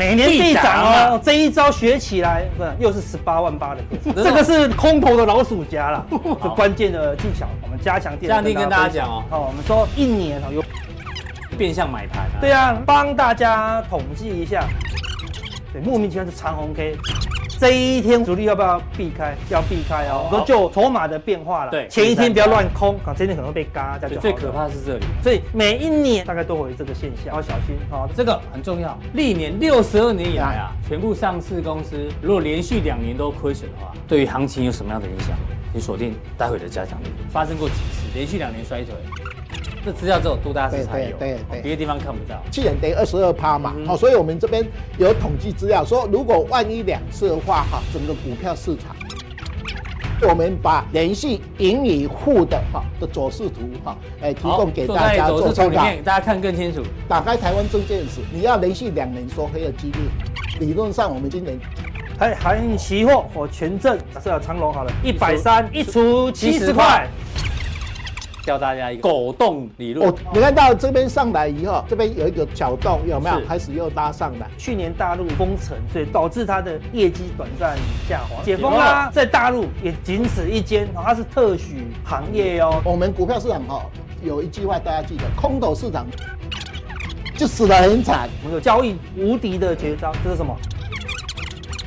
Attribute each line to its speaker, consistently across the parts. Speaker 1: 每年
Speaker 2: 必
Speaker 1: 必
Speaker 2: 涨
Speaker 1: 涨
Speaker 2: 啊
Speaker 1: 哦，这一招学起来，不是又是十八万八的 课，
Speaker 2: 的哦
Speaker 1: 这个是空头的老鼠夹 啦，这关键的技巧，我们加强
Speaker 2: 这
Speaker 1: 店。
Speaker 2: 样定跟大家讲哦，
Speaker 1: 好，我们说一年哦有，
Speaker 2: 变相买盘啊。
Speaker 1: 对啊，帮大家统计一下，对，莫名其妙是长红 K。这一天主力要不要避开？要避开哦。我说
Speaker 2: 好
Speaker 1: 就筹码的变化了，
Speaker 2: 对
Speaker 1: 前一天不要乱空，啊，这一天可能会被嘎，这样就
Speaker 2: 对，最
Speaker 1: 好了
Speaker 2: 可。怕是这里，
Speaker 1: 所以每一年大概都会有这个现象，要小心哦。
Speaker 2: 这个很重要。历年六十二年以来啊，全部上市公司如果连续两年都亏损的话，对于行情有什么样的影响？你锁定待会的加强力，发生过几次连续两年衰退？这资料只有多大市才有，
Speaker 3: 对对对对
Speaker 2: 哦别的地方看不到。
Speaker 3: 去年等于二十二趴嘛，
Speaker 2: 嗯
Speaker 3: 哦，所以我们这边有统计资料说，如果万一两次的话，哈，整个股票市场，我们把连续盈与负的哈的走势图哈，哎，提供给大家
Speaker 2: 好走势
Speaker 3: 做
Speaker 2: 图
Speaker 3: 参
Speaker 2: 里
Speaker 3: 考。
Speaker 2: 面，大家看更清楚。
Speaker 3: 打开台湾证券史，你要连续两年收黑的几率，理论上我们今年
Speaker 1: 还含期哎货或权证，假设有长龙好了，一百三一除七十块，
Speaker 2: 教大家一个狗洞理论
Speaker 3: 哦，，你看到这边上来以后，这边有一个小洞，有没有
Speaker 2: 是？
Speaker 3: 开始又拉上来。
Speaker 1: 去年大陆封城，所以导致它的业绩短暂下滑，解封
Speaker 2: 解封
Speaker 1: 啦
Speaker 2: 了，
Speaker 1: 在大陆也仅此一间，哦它是特许行业哦。
Speaker 3: 我们股票市场哈、哦，有一句话大家记得，空头市场就死得很惨。
Speaker 1: 我们有交易无敌的绝招，这是什么？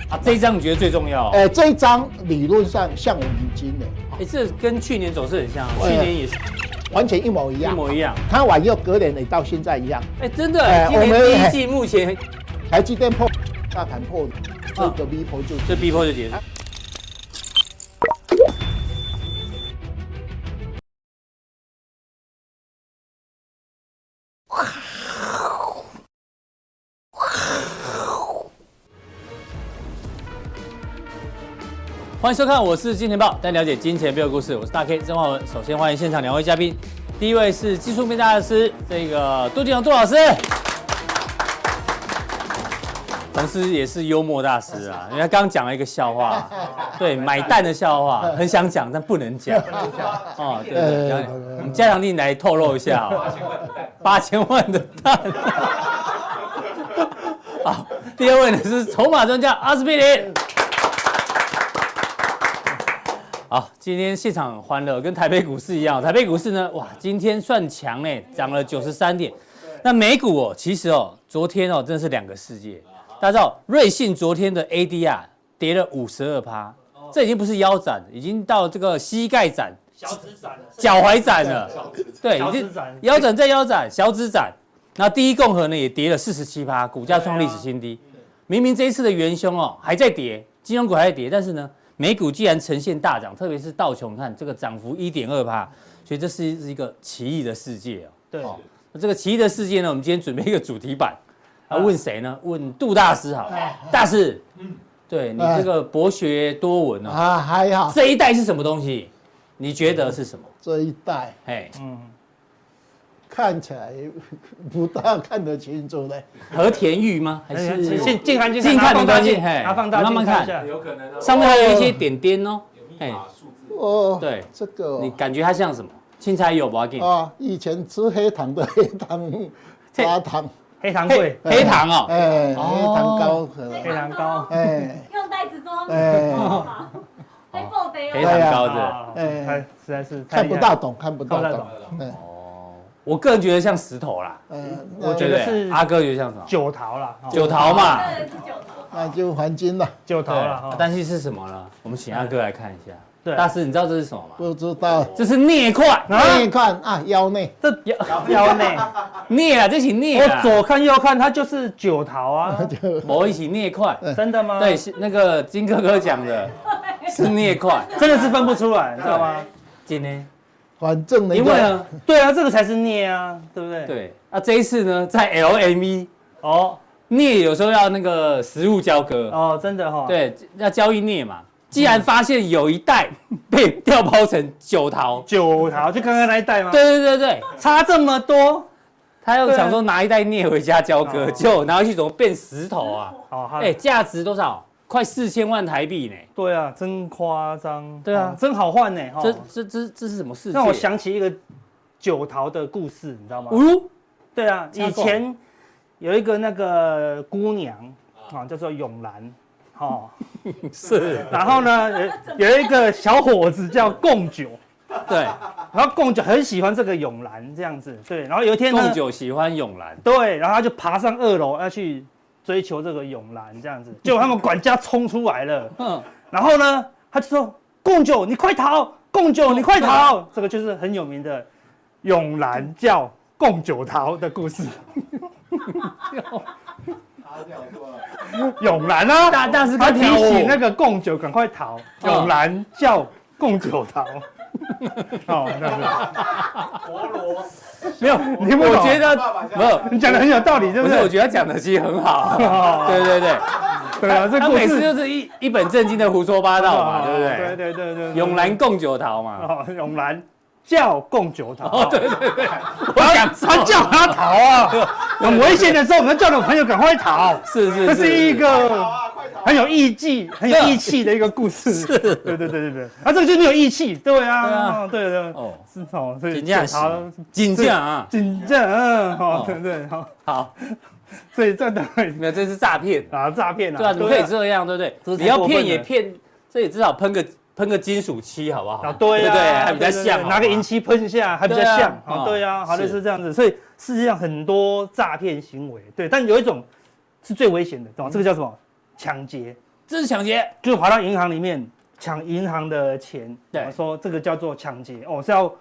Speaker 2: 啊，这一张你觉得最重要哦？
Speaker 3: 呃，这一张理论上像我们今年
Speaker 2: 哎，这跟去年走势很像啊，去
Speaker 3: 哎
Speaker 2: 年也是
Speaker 3: 完全一模一
Speaker 2: 一
Speaker 3: 样，
Speaker 2: 模一样。
Speaker 3: 它往右隔年也到现在一样，
Speaker 2: 哎，真的，
Speaker 3: 哎
Speaker 2: 今
Speaker 3: 我
Speaker 2: 年
Speaker 3: 们
Speaker 2: 第一季目前
Speaker 3: 台积电破大盘破这个 V 破就
Speaker 2: 这逼迫就结束。欢迎收看，我是金钱豹，带你了解金钱背后的故事。我是大 K 曾焕文。首先欢迎现场两位嘉宾，第一位是技术面大师这个杜金龙杜老师，同时也是幽默大师啊。因为他刚刚讲了一个笑话，对买蛋的笑话，很想讲但不能讲。哦，对对对，我们家长令来透露一下好了，八千万的蛋。好，第二位呢是筹码专家阿司匹林。好，今天现场很欢乐，跟台北股市一样。台北股市呢，哇，今天算强哎，涨了九十三点。那美股哦，其实哦，昨天哦，真的是两个世界。大家知道，瑞信昨天的 ADR 跌了五十二趴，这已经不是腰斩，已经到这个膝盖斩、
Speaker 1: 小指展，
Speaker 2: 脚踝斩了。对，已
Speaker 1: 小
Speaker 2: 经
Speaker 1: 指展，
Speaker 2: 腰斩再腰斩，小指斩。那第一共和呢也跌了四十七趴，股价创历史新低。明明这一次的元凶哦还在跌，金融股还在跌，但是呢，美股既然呈现大涨，特别是道琼看这个涨幅一点二趴，所以这是一个奇异的世界哦。
Speaker 1: 对，
Speaker 2: 那这个奇异的世界呢，我们今天准备一个主题版，啊，问谁呢？问杜大师好了，
Speaker 1: 哎
Speaker 2: 大师，
Speaker 1: 嗯
Speaker 2: 对你这个博学多闻哦，
Speaker 3: 啊还好
Speaker 2: 这一代是什么东西？你觉得是什么？
Speaker 3: 这一代
Speaker 2: 哎，
Speaker 1: 嗯，
Speaker 3: 看起来不大看得清楚嘞。
Speaker 2: 和田玉吗？
Speaker 1: 哎
Speaker 2: 还是
Speaker 1: 近近看
Speaker 2: 近
Speaker 1: 拿
Speaker 2: 看
Speaker 1: 放
Speaker 2: 没
Speaker 1: 大
Speaker 2: 关系
Speaker 1: 镜，
Speaker 2: 嘿
Speaker 1: 拿放大镜
Speaker 2: 慢慢
Speaker 1: 看
Speaker 2: 看
Speaker 1: 一下。
Speaker 2: 上面还有一些点点哦。哎，
Speaker 3: 哦，
Speaker 2: 对
Speaker 3: 这个哦
Speaker 2: 你感觉它像什么？青菜有吧？给
Speaker 3: 啊，以前吃黑糖的黑糖砂糖，
Speaker 1: 黑糖贵，
Speaker 2: 黑糖哦，
Speaker 3: 哎，黑
Speaker 2: 哦
Speaker 3: 糖高可能
Speaker 1: 非常高
Speaker 3: 哎
Speaker 4: 用袋子装，
Speaker 3: 哎
Speaker 4: 好，会爆杯
Speaker 2: 黑
Speaker 4: 哦。
Speaker 2: 糖高的。
Speaker 1: 啊，
Speaker 3: 哎
Speaker 1: 哎，实在是太
Speaker 3: 看
Speaker 1: 厉害
Speaker 3: 不大懂，看不大
Speaker 1: 看不
Speaker 3: 懂
Speaker 1: 大，
Speaker 3: 嗯
Speaker 2: 我个人觉得像石头啦，
Speaker 3: 嗯，
Speaker 1: 我
Speaker 3: 那
Speaker 1: 觉
Speaker 2: 对
Speaker 1: 得
Speaker 2: 不对
Speaker 1: 是
Speaker 2: 阿哥觉得像什么？
Speaker 1: 九桃啦，哦
Speaker 2: 九桃嘛，
Speaker 4: 这个是酒头，
Speaker 3: 那就黄金了，
Speaker 1: 九
Speaker 2: 对
Speaker 1: 桃啦，哦
Speaker 2: 但是是什么呢？我们请阿哥来看一下。
Speaker 1: 对
Speaker 2: 大师，你知道这是什么吗？
Speaker 3: 不知道。
Speaker 2: 这是镍块，
Speaker 3: 那一看啊，腰内
Speaker 1: 这腰内，
Speaker 2: 镍啊，这是镍
Speaker 1: 我
Speaker 2: 啊，
Speaker 1: 左看右看，它就是九桃 啊，
Speaker 2: 我一起镍块。
Speaker 1: 真的吗？
Speaker 2: 对，，是那个金哥哥讲 的，是镍块。
Speaker 1: 真的是分不出来，知道吗？
Speaker 2: 今天，
Speaker 3: 反正呢，
Speaker 2: 因为呢，
Speaker 1: 对啊，这个才是镍啊，对不对？，
Speaker 2: 对，啊，这一次呢，在 LME
Speaker 1: 哦
Speaker 2: 镍有时候要那个实物交割，
Speaker 1: 哦，真的哈，，
Speaker 2: 对，要交易镍嘛。既然发现有一袋被调包成九桃，
Speaker 1: 九桃就刚刚那一代吗？，
Speaker 2: 对对对对，
Speaker 1: 差这么多，
Speaker 2: 他又
Speaker 1: 对啊
Speaker 2: 想说拿一袋镍回家交割，
Speaker 1: 哦
Speaker 2: 结果拿回去怎么变石头啊？
Speaker 1: 好，哦好
Speaker 2: 哎，，价值多少？快四千万台币呢！
Speaker 1: 对啊，真夸张，
Speaker 2: 对啊
Speaker 1: 哦真好换呢，哈
Speaker 2: 这，这这这是什么世界？
Speaker 1: 让我想起一个九桃的故事，你知道吗？
Speaker 2: 哦，
Speaker 1: 对啊，
Speaker 2: 加
Speaker 1: 以
Speaker 2: 购
Speaker 1: 前有一个那个姑娘啊，叫做永兰， 哦，
Speaker 2: 是，
Speaker 1: 然后呢有有一个小伙子叫贡九，
Speaker 2: 对，
Speaker 1: 然后贡九很喜欢这个永兰这样子，对，然后有一天呢
Speaker 2: 贡，九喜欢永 兰，
Speaker 1: 对，然后他就爬上二楼要去追求这个永兰这样子，结果他们管家冲出来了，
Speaker 2: 嗯，
Speaker 1: 然后呢他就说贡九你快逃，贡九你快逃，这个就是很有名的永兰叫贡九逃的故事，
Speaker 5: 他跳过了，
Speaker 1: 永兰啊，
Speaker 2: 大大师
Speaker 1: 他
Speaker 2: 哥
Speaker 1: 提
Speaker 2: 跳舞
Speaker 1: 醒那个贡九赶快逃，
Speaker 2: 哦
Speaker 1: 永兰叫贡九逃。 哦，这样子
Speaker 5: 陀螺，
Speaker 2: 没有，
Speaker 1: 你不懂
Speaker 2: 我觉得
Speaker 5: 爸爸下
Speaker 2: 没有，
Speaker 1: 你讲的很有道理，对
Speaker 2: 不
Speaker 1: 不
Speaker 2: 是，
Speaker 1: 对哦
Speaker 2: 我？觉得他讲的其实很好，啊对对对，
Speaker 1: 对啊，这
Speaker 2: 哎他
Speaker 1: 故
Speaker 2: 每次
Speaker 1: 事哦
Speaker 2: 就是一一本正经的胡说八道 嘛，对不
Speaker 1: 对
Speaker 2: 对？
Speaker 1: 对对对，对
Speaker 2: 永兰共九桃嘛，
Speaker 1: 哦，永兰叫共九逃，哦，对对 对，
Speaker 2: 我讲错
Speaker 1: 他叫他逃 啊，很危险的时候，我们叫你朋友赶快逃，
Speaker 2: 是是
Speaker 1: 这
Speaker 2: 是，
Speaker 1: 是一
Speaker 5: 好
Speaker 1: 个
Speaker 5: 啊，快逃！
Speaker 1: 很有义气、很有义气的一个故事，对对对对对，啊，这个就是没有义气，对
Speaker 2: 对啊
Speaker 1: 啊，哦对对，
Speaker 2: 哦，
Speaker 1: 是哦，所以
Speaker 2: 真正是
Speaker 1: 逃，
Speaker 2: 金价啊，
Speaker 1: 紧张，嗯，好
Speaker 2: 哦，
Speaker 1: 对对好，
Speaker 2: 好，
Speaker 1: 所以这 等于
Speaker 2: 没有，这是诈骗，
Speaker 1: 啊诈骗啊，
Speaker 2: 对啊，你可以这样，对不
Speaker 1: 这
Speaker 2: 对？
Speaker 1: 是
Speaker 2: 你要
Speaker 1: 太过分
Speaker 2: 骗
Speaker 1: 了
Speaker 2: 也骗，这也至少喷个喷个金属漆，好不好？
Speaker 1: 啊，对
Speaker 2: 不
Speaker 1: 啊，
Speaker 2: 对，还比较
Speaker 1: 对对
Speaker 2: 像，好
Speaker 1: 对
Speaker 2: 吗
Speaker 1: 拿个银漆喷一下，还比较
Speaker 2: 对啊
Speaker 1: 像。
Speaker 2: 啊
Speaker 1: 啊，对啊，好类
Speaker 2: 是
Speaker 1: 似这样子。所以世界上很多诈骗行为，对，但有一种是最危险的，
Speaker 2: 嗯
Speaker 1: 懂吗？这个叫什么？抢劫，
Speaker 2: 这是抢劫，
Speaker 1: 就是跑到银行里面抢银行的钱。
Speaker 2: 对
Speaker 1: 我说这个叫做抢劫，哦，是要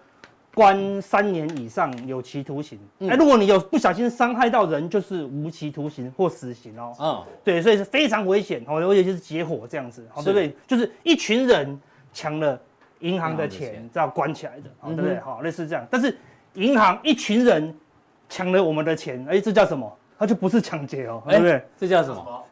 Speaker 1: 关三年以上有期徒刑。
Speaker 2: 嗯
Speaker 1: 哎，如果你有不小心伤害到人，就是无期徒刑或死刑哦。
Speaker 2: 嗯，
Speaker 1: 对，所以是非常危险哦，尤其是结伙这样子，好，对
Speaker 2: 是
Speaker 1: 不对？就是一群人抢了银行的
Speaker 2: 银行的
Speaker 1: 钱
Speaker 2: 钱，
Speaker 1: 这样关起来的，哦好，对不
Speaker 2: 嗯
Speaker 1: 对？
Speaker 2: 哼
Speaker 1: 好，类似这样。但是银行一群人抢了我们的钱，哎，这叫什么？它就不是抢劫哦，对不对
Speaker 2: 哎？，这叫什
Speaker 5: 什
Speaker 2: 么？
Speaker 5: 么？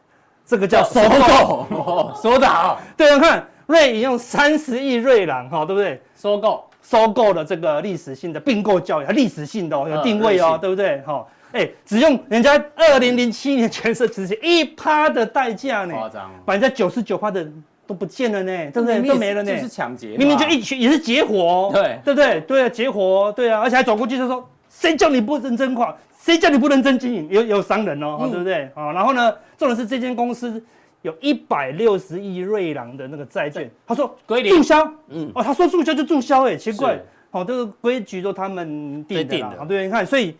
Speaker 1: 这个叫收购。
Speaker 2: 购， 哦收打，
Speaker 1: 对，你看瑞银用三十亿瑞郎，哈，对不对？
Speaker 2: 收购，
Speaker 1: 收购了这个历史性的并购交易，历史性的、哦、有
Speaker 2: 嗯
Speaker 1: 定位
Speaker 2: 历史
Speaker 1: 哦
Speaker 2: 性，
Speaker 1: 对不对？哈、哎，只用人家二零零七年全市值钱一趴的代价呢，
Speaker 2: 夸张
Speaker 1: 把人家九十九趴的都不见了呢，对不对？
Speaker 2: 明明
Speaker 1: 都没了呢
Speaker 2: 就，是抢劫嘛，
Speaker 1: 明明就一群也是结伙、哦，
Speaker 2: 对
Speaker 1: 对不对？对啊，结伙哦、对啊，而且还走过去就说，谁叫你不认真管，谁叫你不认真经营，有有商人哦，
Speaker 2: 嗯
Speaker 1: 对不对？啊、然后呢，重点是这间公司有一百六十亿瑞郎的那个债券，他说
Speaker 2: 归零
Speaker 1: 注销。
Speaker 2: 嗯，
Speaker 1: 哦，他说注销就注销，哎，奇怪
Speaker 2: 是，
Speaker 1: 哦，这个规矩都他们定的
Speaker 2: 定
Speaker 1: 啦
Speaker 2: 的，
Speaker 1: 哦对，你看，所以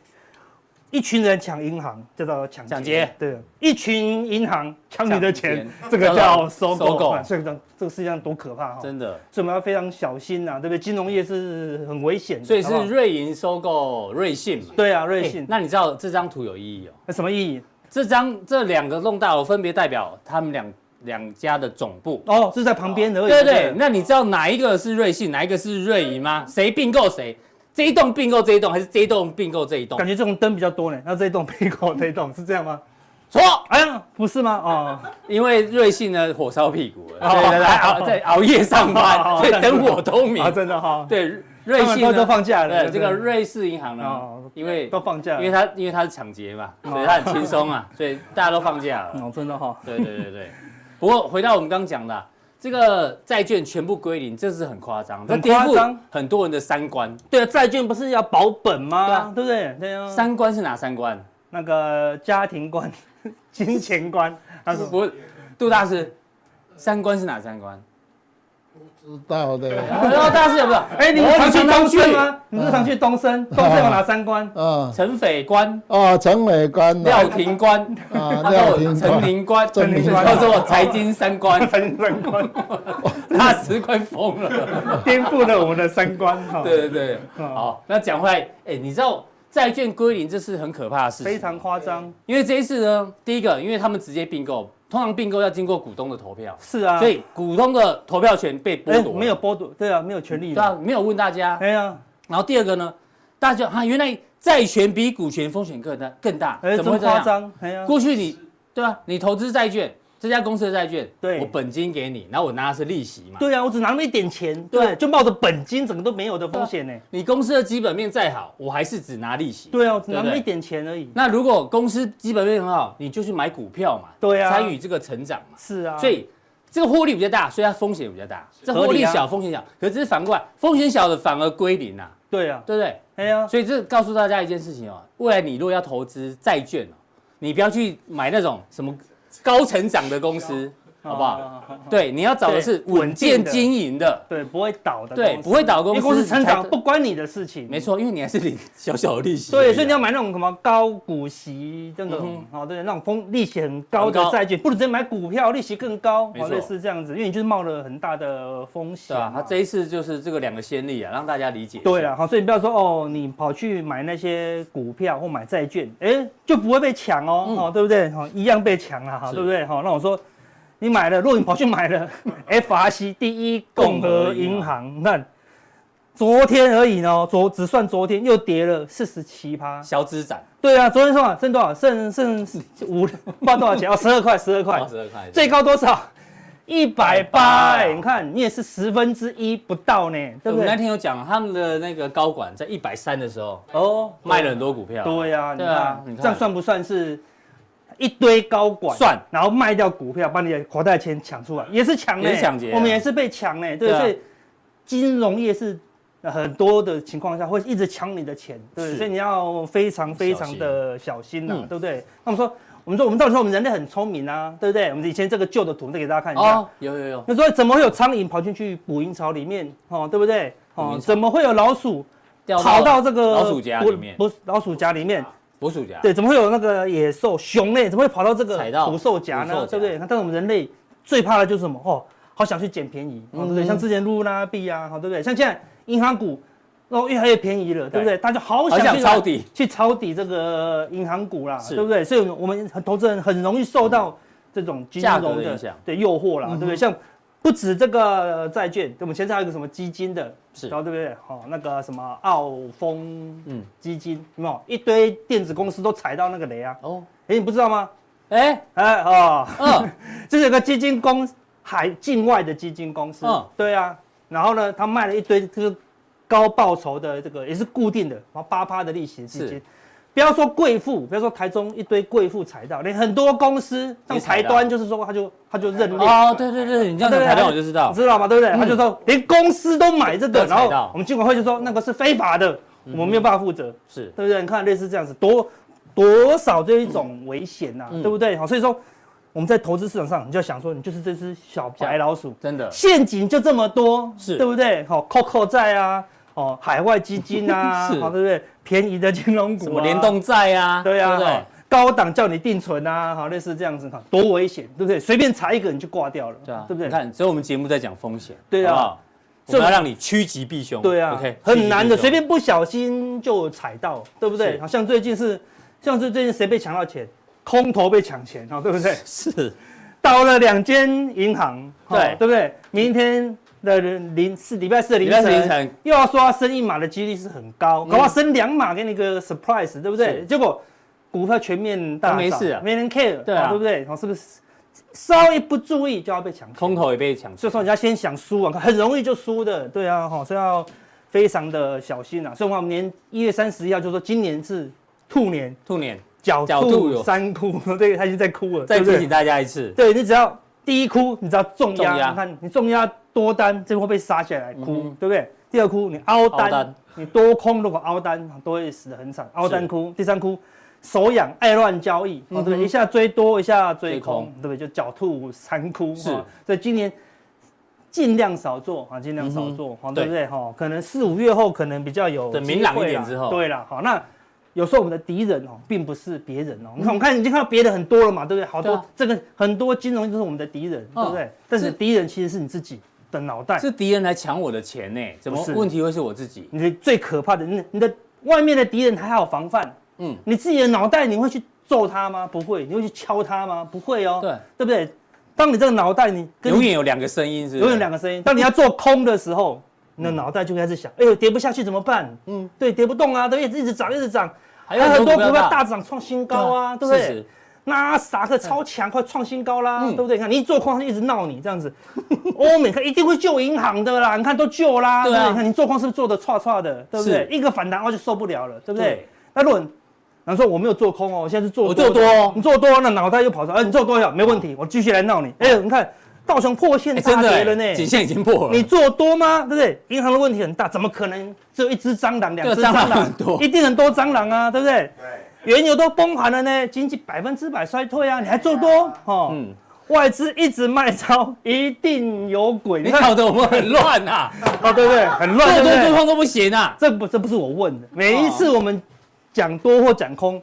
Speaker 1: 一群人抢银行，这叫抢
Speaker 2: 抢劫
Speaker 1: 对，一群银行抢你的钱
Speaker 2: 抢，
Speaker 1: 这个
Speaker 2: 叫
Speaker 1: 叫收
Speaker 2: 收购
Speaker 1: 购，哎所以这这个世界上多可怕哈！哦
Speaker 2: 真的，
Speaker 1: 所以我们要非常小心啊呐，对不对？金融业是很危险的，
Speaker 2: 所以
Speaker 1: 好不好
Speaker 2: 是瑞银收购瑞信嘛，
Speaker 1: 对啊，瑞
Speaker 2: 哎
Speaker 1: 信
Speaker 2: 那你知道这张图有意义哦？
Speaker 1: 那什么意义？
Speaker 2: 这张这两个弄大楼分别代表他们两两家的总部。
Speaker 1: 哦，是在旁边而已，
Speaker 2: 对
Speaker 1: 不
Speaker 2: 对，那你知道哪一个是瑞信，哪一个是瑞银吗？谁并购谁？这一栋并购这一栋，还是这一栋并购这一栋
Speaker 1: 感？觉这种灯比较多呢，那这一栋苹果这一栋 是这样吗？
Speaker 2: 错，
Speaker 1: 哎呀，不是吗？哦。
Speaker 2: 因为瑞信呢火烧屁股了，
Speaker 1: 哦
Speaker 2: 对对对，熬
Speaker 1: 哦
Speaker 2: 在熬夜上班，
Speaker 1: 哦
Speaker 2: 所以灯火通明
Speaker 1: 啊，。真的哈、
Speaker 2: 对，瑞
Speaker 1: 瑞
Speaker 2: 信
Speaker 1: 信
Speaker 2: 呢
Speaker 1: 都放假了，
Speaker 2: 对这个瑞士银行呢
Speaker 1: 哦，
Speaker 2: 因为
Speaker 1: 都放假
Speaker 2: 因
Speaker 1: 了，
Speaker 2: 为它因为它是抢劫嘛，所以它很轻松啊，所以大家都放假了。
Speaker 1: 哦，真的哈、
Speaker 2: 对对对对。不过回到我们刚刚讲的啊，这个债券全部归零，这是很夸张，这
Speaker 1: 很
Speaker 2: 颠
Speaker 1: 夸张
Speaker 2: 覆很多人的三观。
Speaker 1: 对啊，债券不是要保本吗？
Speaker 2: 对啊
Speaker 1: 对不对？对啊，
Speaker 2: 三观是哪三观？
Speaker 1: 那个家庭观、 金钱观，他说
Speaker 2: 不，杜大师，三观是哪三观？
Speaker 3: 知道的，
Speaker 2: 然后大师有没有？
Speaker 1: 哎，你们
Speaker 2: 哦
Speaker 1: 常去东
Speaker 2: 去嗯
Speaker 1: 森吗？你们常去东森，东森有哪三观？
Speaker 3: 嗯，
Speaker 2: 陈匪官、
Speaker 3: 哦，陈伟官呐，
Speaker 2: 廖廷官，
Speaker 3: 啊，
Speaker 2: 还
Speaker 3: 廖
Speaker 2: 有
Speaker 3: 廷
Speaker 2: 陈
Speaker 3: 官，
Speaker 2: 林官，
Speaker 3: 陈林官
Speaker 2: 叫做财经 三观。
Speaker 1: 三 三观
Speaker 2: 大师快疯了。
Speaker 1: 颠覆了我们的三观哈，
Speaker 2: 对对对，好，那讲回来，哎，你知道债券归零这是很可怕的事情，
Speaker 1: 非常夸张。
Speaker 2: 因为这一次呢，第一个，因为他们直接并购，通常并购要经过股东的投票，
Speaker 1: 是啊，
Speaker 2: 所以股东的投票权被
Speaker 1: 哎
Speaker 2: 剥夺，
Speaker 1: 没有，剥夺，对啊，没有权利
Speaker 2: 对
Speaker 1: 的。
Speaker 2: 啊，没有问大家。
Speaker 1: 哎呀，
Speaker 2: 然后第二个呢，大家啊，原来债权比股权风险更大更大，
Speaker 1: 哎，
Speaker 2: 怎么会
Speaker 1: 真
Speaker 2: 这
Speaker 1: 夸
Speaker 2: 样？
Speaker 1: 张。哎呀，
Speaker 2: 过去你对啊，你投资债券，这家公司的债券，
Speaker 1: 对
Speaker 2: 我本金给你，然后我拿的是利息嘛，
Speaker 1: 对啊，我只拿了一点钱，
Speaker 2: 对
Speaker 1: 对，就冒着本金整个都没有的风险呢。
Speaker 2: 你公司的基本面再好，我还是只拿利息。
Speaker 1: 对啊，我只
Speaker 2: 对
Speaker 1: 拿
Speaker 2: 不对
Speaker 1: 了一点钱而已。
Speaker 2: 那如果公司基本面很好，你就去买股票嘛，
Speaker 1: 对啊
Speaker 2: 参与这个成长嘛，
Speaker 1: 是啊，
Speaker 2: 所以这个获利比较大，所以它风险比较大。这获
Speaker 1: 合
Speaker 2: 利
Speaker 1: 理啊
Speaker 2: 小，风险小，可是这是反过来，风险小的反而归零啊，
Speaker 1: 对啊，
Speaker 2: 对不对？
Speaker 1: 哎呀，
Speaker 2: 所以这告诉大家一件事情哦，未来你如果要投资债券哦，你不要去买那种什么高成长的公司，好不好？
Speaker 1: 好？
Speaker 2: 对，你要找的是
Speaker 1: 啊对
Speaker 2: 稳健
Speaker 1: 稳定的
Speaker 2: 经营的，
Speaker 1: 对，不会倒的公司，
Speaker 2: 对，不会倒的
Speaker 1: 因
Speaker 2: 公
Speaker 1: 为
Speaker 2: 司。
Speaker 1: 公司成长
Speaker 2: 才
Speaker 1: 不关你的事情，
Speaker 2: 没。错，因为你还是领小小的利息而已啊。
Speaker 1: 对，所以你要买那种什么高股息那种
Speaker 2: 嗯，
Speaker 1: 哦，对，那种风利息很高
Speaker 2: 很高
Speaker 1: 的债券，不如直接买股票，利息更高，
Speaker 2: 没
Speaker 1: 哦，
Speaker 2: 错
Speaker 1: 类似这样子，因为你就是冒了很大的风险
Speaker 2: 对啊
Speaker 1: 嘛。，
Speaker 2: 他这一次就是这个两个先例啊，让大家理解。
Speaker 1: 对了，，好，所以你不要说哦，你跑去买那些股票或买债券，哎，就不会被抢哦，
Speaker 2: 嗯
Speaker 1: 哦，对不对？哦，一样被抢了，哈，
Speaker 2: 是
Speaker 1: 对不对？哦好，那我说，你买了，如果你跑去买 了 FRC 第一共和银行，你看昨天而已呢，哦昨只算昨天又跌了四十七趴，
Speaker 2: 小资展
Speaker 1: 对啊，昨天说剩多少？剩剩五不知道多少钱？哦，十二块，十二块，
Speaker 2: 八十二块，
Speaker 1: 最高多少？一百八，
Speaker 2: 180
Speaker 1: 你看你也是十分之一不到呢，对
Speaker 2: 我
Speaker 1: 不
Speaker 2: 们那
Speaker 1: 对？
Speaker 2: 天有讲，他们的那个高管在一百三的时候
Speaker 1: 哦，
Speaker 2: 卖了很多股票。
Speaker 1: 对呀、
Speaker 2: 对啊
Speaker 1: 你看
Speaker 2: 你看
Speaker 1: 这样算不算是一堆高管
Speaker 2: 算，
Speaker 1: 然后卖掉股票，把你的口袋钱抢出来，也是抢呢、欸
Speaker 2: 也是抢劫啊
Speaker 1: 我们也是被抢呢、对，
Speaker 2: 对啊
Speaker 1: 所以金融业是呃很多的情况下会一直抢你的钱，对，
Speaker 2: 是
Speaker 1: 所以你要非常非常的小心呐、
Speaker 2: 嗯
Speaker 1: 对不对？那我们说，我们说，我们到底说我们人类很聪明啊，对不对？我们以前这个旧的图再给大家看一下，
Speaker 2: 哦，有有有，
Speaker 1: 那说怎么会有苍蝇跑进去捕蝇巢里面？哦，对不对？
Speaker 2: 捕
Speaker 1: 哦
Speaker 2: 蝇，巢
Speaker 1: 怎么会有老鼠
Speaker 2: 掉
Speaker 1: 跑到这个
Speaker 2: 老鼠夹里面
Speaker 1: 不不是老鼠夹里面，
Speaker 2: 捕鼠夹。
Speaker 1: 对，怎么会有那个野兽熊类？怎么会跑到这个
Speaker 2: 踩到
Speaker 1: 捕兽夹
Speaker 2: 捕兽
Speaker 1: 呢？
Speaker 2: 夹
Speaker 1: 对不对？那但是我们人类最怕的就是什么？哦，好想去捡便宜，哦对不对？
Speaker 2: 嗯
Speaker 1: 像之前露拉币啊，好对不对？像现在银行股。哦，越来越便宜了，对不对？大家好
Speaker 2: 好
Speaker 1: 想
Speaker 2: 想
Speaker 1: 去
Speaker 2: 抄底，
Speaker 1: 去抄底这个银行股啦，
Speaker 2: 是嗯
Speaker 1: 对不对？所以我们投资人很容易受到这种金
Speaker 2: 价格
Speaker 1: 融
Speaker 2: 的
Speaker 1: 的
Speaker 2: 影响
Speaker 1: 对诱惑啦，
Speaker 2: 嗯
Speaker 1: 对
Speaker 2: 哼
Speaker 1: 不对？像不止这个债券，对我们现在还有一个什么基金的，
Speaker 2: 是
Speaker 1: 然后对不对？好、那个什么澳丰
Speaker 2: 嗯，
Speaker 1: 基金，有没有一堆电子公司都踩到那个雷啊？
Speaker 2: 哦，
Speaker 1: 哎，你不知道吗？
Speaker 2: 哎，
Speaker 1: 哎哦，
Speaker 2: 嗯，
Speaker 1: 就是有个基金公海境外的基金公司，
Speaker 2: 嗯
Speaker 1: 对啊，然后呢，他卖了一堆就是高报酬的这个也是固定的，然后八趴的利息基金
Speaker 2: 是。
Speaker 1: 不要说贵妇，不要说台中一堆贵妇踩到，连很多公司像
Speaker 2: 也踩
Speaker 1: 台
Speaker 2: 到
Speaker 1: 端就是说，他就他就认列，
Speaker 2: 哦，对对对，你这样讲台湾我就知道
Speaker 1: 你，知道吗？对不对？他就说连公司都买这个，
Speaker 2: 都踩
Speaker 1: 然
Speaker 2: 到
Speaker 1: 后我们监管会就说那个是非法的，我们没有办法负责。
Speaker 2: 是
Speaker 1: 对不对？你看类似这样子，多多少这一种危险呐、
Speaker 2: 嗯
Speaker 1: 对不对？好，所以说我们在投资市场上，你就想说，你就是这只小白老鼠，
Speaker 2: 真的。
Speaker 1: 陷阱就这么多，
Speaker 2: 嗯是
Speaker 1: 对不对？好、c o c o 债啊，哦，海外基金啊
Speaker 2: 是，
Speaker 1: 好，对不对？便宜的金融股、啊，
Speaker 2: 什么联，动债啊？
Speaker 1: 对啊，
Speaker 2: 不
Speaker 1: 对
Speaker 2: 对？
Speaker 1: 高档叫你定存啊，好，类似这样子，哈，多危险，对不对？随便查一个你就挂掉了，
Speaker 2: 对啊，
Speaker 1: 对不对
Speaker 2: 你？看，只有我们节目在讲风险，
Speaker 1: 对啊
Speaker 2: 好不好，我
Speaker 1: 这
Speaker 2: 们要让你趋吉避凶。
Speaker 1: 对啊
Speaker 2: OK，
Speaker 1: 很难的，
Speaker 2: 趋吉避凶
Speaker 1: 随便不小心就踩到，对不对？
Speaker 2: 是
Speaker 1: 好像最近是，像是最近谁被抢到钱？空头被抢钱哦，对不对？
Speaker 2: 是
Speaker 1: 倒了两间银行，哦
Speaker 2: 对
Speaker 1: 对不对？明天的零是礼拜四的凌
Speaker 2: 礼拜
Speaker 1: 晨，
Speaker 2: 四凌晨嗯
Speaker 1: 又要刷升一码的几率是很高，搞不好升两码给你个 surprise，对不对？
Speaker 2: 是
Speaker 1: 结果股票全面大
Speaker 2: 都
Speaker 1: 涨，
Speaker 2: 没事啊
Speaker 1: 没人 care，
Speaker 2: 对啊
Speaker 1: 哦对不对？哦，是不是稍一不注意就要被抢钱？
Speaker 2: 空头也被抢，
Speaker 1: 所以说人家先想输啊，很容易就输的，对啊，哈，所以要非常的小心啊。所以我们年一月三十一号就说今年是兔年，
Speaker 2: 兔年
Speaker 1: 狡
Speaker 2: 狡兔
Speaker 1: 兔
Speaker 2: 有
Speaker 1: 三窟， 对，他已经在哭了，
Speaker 2: 再
Speaker 1: 对不对
Speaker 2: 提醒大家一次，
Speaker 1: 对你只要第一哭，你只要重
Speaker 2: 重
Speaker 1: 压，
Speaker 2: 压
Speaker 1: 你看你重压多单，这会被杀下来哭，
Speaker 2: 嗯哼
Speaker 1: 对不对？第二哭你凹单，
Speaker 2: 凹单
Speaker 1: 你多空如果凹单都会死得很惨，凹单哭。第三哭手痒爱乱交易，哦对不对？一下追多，一下追
Speaker 2: 嗯追
Speaker 1: 空
Speaker 2: 空，
Speaker 1: 对不对？就狡兔三窟。
Speaker 2: 是
Speaker 1: 哦所以今年。尽量少做啊，尽量少做
Speaker 2: 嗯
Speaker 1: 哈、
Speaker 2: 哼
Speaker 1: 对不对哈、可能四五月后可能比较有
Speaker 2: 等
Speaker 1: 机
Speaker 2: 明朗一
Speaker 1: 会
Speaker 2: 点
Speaker 1: 啦
Speaker 2: 之后
Speaker 1: 对了，好那有时候我们的敌人哦，并不是别人哦。 你看，我们看已经看到别的很多了嘛，对不对？好多、
Speaker 2: 对啊
Speaker 1: 这个很多金融就是我们的敌人，对不对？但是
Speaker 2: 是
Speaker 1: 敌人其实是你自己的脑袋，
Speaker 2: 是敌人来抢我的钱呢，怎么
Speaker 1: 不是
Speaker 2: 问题会是我自己？
Speaker 1: 你的最可怕的，你你的外面的敌人还好防范，嗯
Speaker 2: 嗯，
Speaker 1: 你自己的脑袋你会去揍他吗？不会，你会去敲他吗？不会哦，
Speaker 2: 对，
Speaker 1: 对不对？当你这个脑袋你跟
Speaker 2: 永远有两个声音，是不是
Speaker 1: 永远两个声音，当你要做空的时候，你的脑袋就开始想，哎呦跌不下去怎么办？嗯
Speaker 2: 嗯，
Speaker 1: 对，跌不动啊，对，一直一直涨一直涨，
Speaker 2: 还有很多股票
Speaker 1: 大
Speaker 2: 大
Speaker 1: 涨创新高啊，对不
Speaker 2: 事
Speaker 1: 对
Speaker 2: 实？
Speaker 1: 纳斯达克超强，快创新高啦，
Speaker 2: 嗯
Speaker 1: 对不对？你看你一做空，它就一直闹你这样子。 欧美看一定会救银行的啦，你看都救啦，
Speaker 2: 对
Speaker 1: 不
Speaker 2: 啊
Speaker 1: 你看你做空是不是做的差差的，对不对
Speaker 2: 是？
Speaker 1: 一个反弹哦就受不了了，对不对
Speaker 2: 对？
Speaker 1: 那如果然后说我没有做空哦，我现在是做
Speaker 2: 我做多哦
Speaker 1: 你做多，那脑袋又跑出来，哎，你做多少没问题，我继续来闹你。哎，你看道琼破线
Speaker 2: 哎
Speaker 1: 大
Speaker 2: 真的
Speaker 1: 跌了呢
Speaker 2: 哎，颈线已经破了，
Speaker 1: 你做多吗？对不对？银行的问题很大，怎么可能只有一只蟑螂、两只
Speaker 2: 对蟑
Speaker 1: 蟑
Speaker 2: 螂
Speaker 1: 螂
Speaker 2: 很？多
Speaker 1: 一定很多蟑螂啊，对不对？
Speaker 5: 对，
Speaker 1: 原油都崩盘了呢，经济百分之百衰退啊，你还做多？哦，
Speaker 2: 嗯
Speaker 1: 外资一直卖超，一定有鬼。
Speaker 2: 你
Speaker 1: 你看，
Speaker 2: 搞得我们很乱呐，
Speaker 1: 哦，对不对？很乱，
Speaker 2: 做
Speaker 1: 对不
Speaker 2: 多做
Speaker 1: 对？
Speaker 2: 空都不行啊。
Speaker 1: 这不，这不是我问的。每一
Speaker 2: 哦
Speaker 1: 次我们讲多或讲空，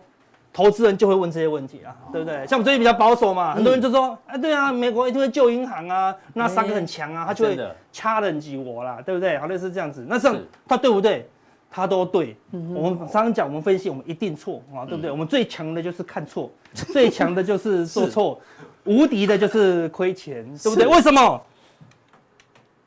Speaker 1: 投资人就会问这些问题啊，对不对？像我们最近比较保守嘛，很多人就说，啊，对啊，美国一定会救银行啊，那三个很强啊，他就
Speaker 2: 哎
Speaker 1: 会
Speaker 2: 真的
Speaker 1: challenge 我啦，对不对？好，类似这样子。那这样
Speaker 2: 是
Speaker 1: 他对不对？他都对。我们常常讲，我们分析，我们一定错啊，对不
Speaker 2: 嗯
Speaker 1: 对？我们最强的就是看错，最强的就是做错，无敌的就是亏钱，对不对？
Speaker 2: 是
Speaker 1: 为什么？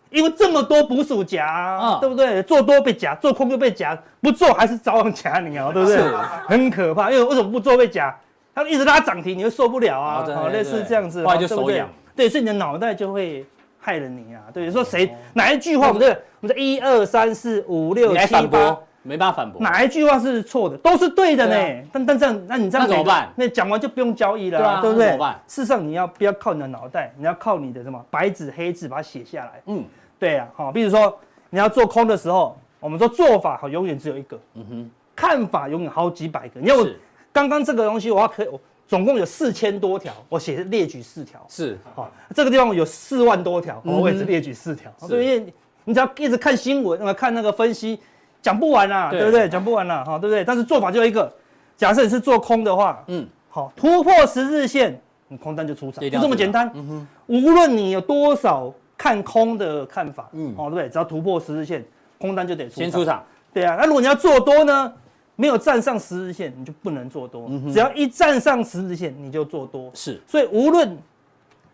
Speaker 1: 因为这么多捕鼠夹
Speaker 2: 嗯
Speaker 1: 啊，对不对？做多被夹，做空就被夹，不做还是早晚夹你啊，对不对
Speaker 2: 是？
Speaker 1: 很可怕，因为为什么不做被夹？他们一直拉涨停，你就受不了啊
Speaker 2: 哦，对
Speaker 1: 哦
Speaker 2: 对
Speaker 1: 类似
Speaker 2: 对
Speaker 1: 这样子，
Speaker 2: 后来就
Speaker 1: 哦对不
Speaker 2: 手
Speaker 1: 对
Speaker 2: 痒
Speaker 1: 对，所以你的脑袋就会害了你啊。对，说
Speaker 2: 哦
Speaker 1: 谁哪一句话，我们这我们这一二三四五六
Speaker 2: 你来
Speaker 1: 七
Speaker 2: 反
Speaker 1: 八，
Speaker 2: 驳，没办法反驳。
Speaker 1: 哪一句话是错的，都是对的
Speaker 2: 对啊
Speaker 1: 呢。但但这样，那你这样
Speaker 2: 那
Speaker 1: 每
Speaker 2: 怎么
Speaker 1: 个
Speaker 2: 办
Speaker 1: 那讲完就不用交易了
Speaker 2: 对啊
Speaker 1: 啊，对不
Speaker 2: 那
Speaker 1: 对
Speaker 2: 怎么办？
Speaker 1: 事实上，你要不要靠你的脑袋，你要靠你的什么白纸黑字把它写下来。
Speaker 2: 嗯，
Speaker 1: 对啊，好，比如说你要做空的时候，我们说做法好永远只有一个，嗯
Speaker 2: 哼
Speaker 1: 哼，看法永远好几百个。你看我
Speaker 2: 是
Speaker 1: 刚刚这个东西，我要可以，我总共有四千多条，我写列举四条，
Speaker 2: 是
Speaker 1: 好、这个地方有四万多条，哦我也是列举四条，
Speaker 2: 嗯是
Speaker 1: 所以因为你只要一直看新闻，呃，看那个分析，讲不完啦、
Speaker 2: 对
Speaker 1: 对不对？讲不完啦、哈、对不对？但是做法就一个，假设你是做空的话，
Speaker 2: 嗯
Speaker 1: 嗯，好、突破十日线，你空单就出场，就
Speaker 2: 一定要
Speaker 1: 这么
Speaker 2: 出场嗯
Speaker 1: 简单。无论你有多少看空的看法，
Speaker 2: 嗯
Speaker 1: 嗯，哦，对不对？只要突破十日线，空单就得出
Speaker 2: 先出场，
Speaker 1: 对啊，那如果你要做多呢，没有站上十日线，你就不能做多。
Speaker 2: 嗯
Speaker 1: 只要一站上十日线，你就做多。
Speaker 2: 是
Speaker 1: 所以无论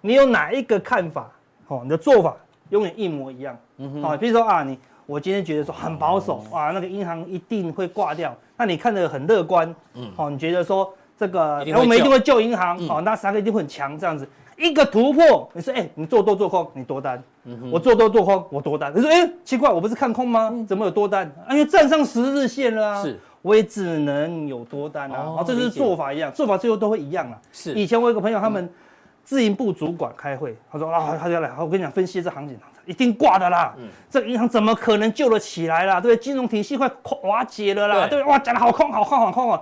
Speaker 1: 你有哪一个看法，哦，你的做法永远一模一样。
Speaker 2: 嗯
Speaker 1: 哦，比如说啊，你我今天觉得说很保守啊，那个银行一定会挂掉，那你看得很乐观，哦，你觉得说这个
Speaker 2: 嗯一定会
Speaker 1: 哎我们一
Speaker 2: 救嗯
Speaker 1: 定会救银行，哦，那三个一定会很强这样子。一个突破，你说哎、你做多做空，你多单，
Speaker 2: 嗯
Speaker 1: 我做多做空，我多单。你说哎、奇怪，我不是看空吗？怎么有多单？啊，因为站上十日线了啊，
Speaker 2: 嗯是
Speaker 1: 我也只能有多单啊。
Speaker 2: 哦
Speaker 1: 哦，这就是
Speaker 2: 理解
Speaker 1: 做法一样，做法最后都会一样啊。
Speaker 2: 是嗯
Speaker 1: 以前我有个朋友，他们自营部主管开会，他说啊，他就来，我跟你讲，分析这行情，一定挂的啦。
Speaker 2: 嗯
Speaker 1: 这个银行怎么可能救得起来啦？对不对？金融体系快垮瓦解了啦，
Speaker 2: 对
Speaker 1: 对不对？哇，讲的好空，好空，好空啊！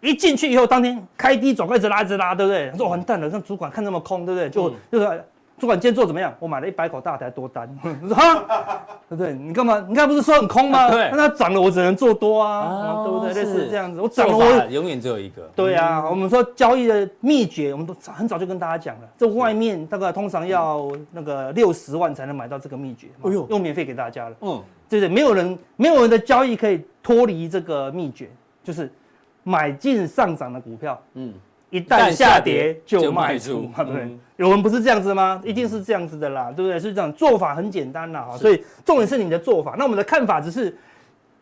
Speaker 1: 一进去以后，当天开低走高，一直拉，一直拉，对不对？他
Speaker 2: 嗯
Speaker 1: 说完蛋了，让主管看那么空，对不对？就、就是主管今天做怎么样？我买了一百口大台多单， 你说哈，对不对？你干嘛？你刚才不是说很空吗？
Speaker 2: 啊对
Speaker 1: 那它涨了，我只能做多啊，
Speaker 2: 哦
Speaker 1: 对不对？类似
Speaker 2: 是
Speaker 1: 这样子，我涨了
Speaker 2: 做
Speaker 1: 我也
Speaker 2: 法永远只有一个。
Speaker 1: 对
Speaker 2: 嗯
Speaker 1: 啊，我们说交易的秘诀，我们都早很早就跟大家讲了。
Speaker 2: 啊
Speaker 1: 这外面大概通常要那个六十万才能买到这个秘诀嘛，
Speaker 2: 哎呦
Speaker 1: 又免费给大家了，
Speaker 2: 嗯，
Speaker 1: 对不对？没有人没有人的交易可以脱离这个秘诀，就是买进上涨的股票，
Speaker 2: 嗯
Speaker 1: 嗯，一
Speaker 2: 旦
Speaker 1: 旦
Speaker 2: 下
Speaker 1: 下
Speaker 2: 跌
Speaker 1: 跌
Speaker 2: 就
Speaker 1: 就
Speaker 2: 卖
Speaker 1: 卖
Speaker 2: 出
Speaker 1: 出嘛，对不对
Speaker 2: 嗯？
Speaker 1: 有人不是这样子吗？一定是这样子的啦，对不对？是这样，做法很简单啦，哈所以重点是你的做法。那我们的看法只是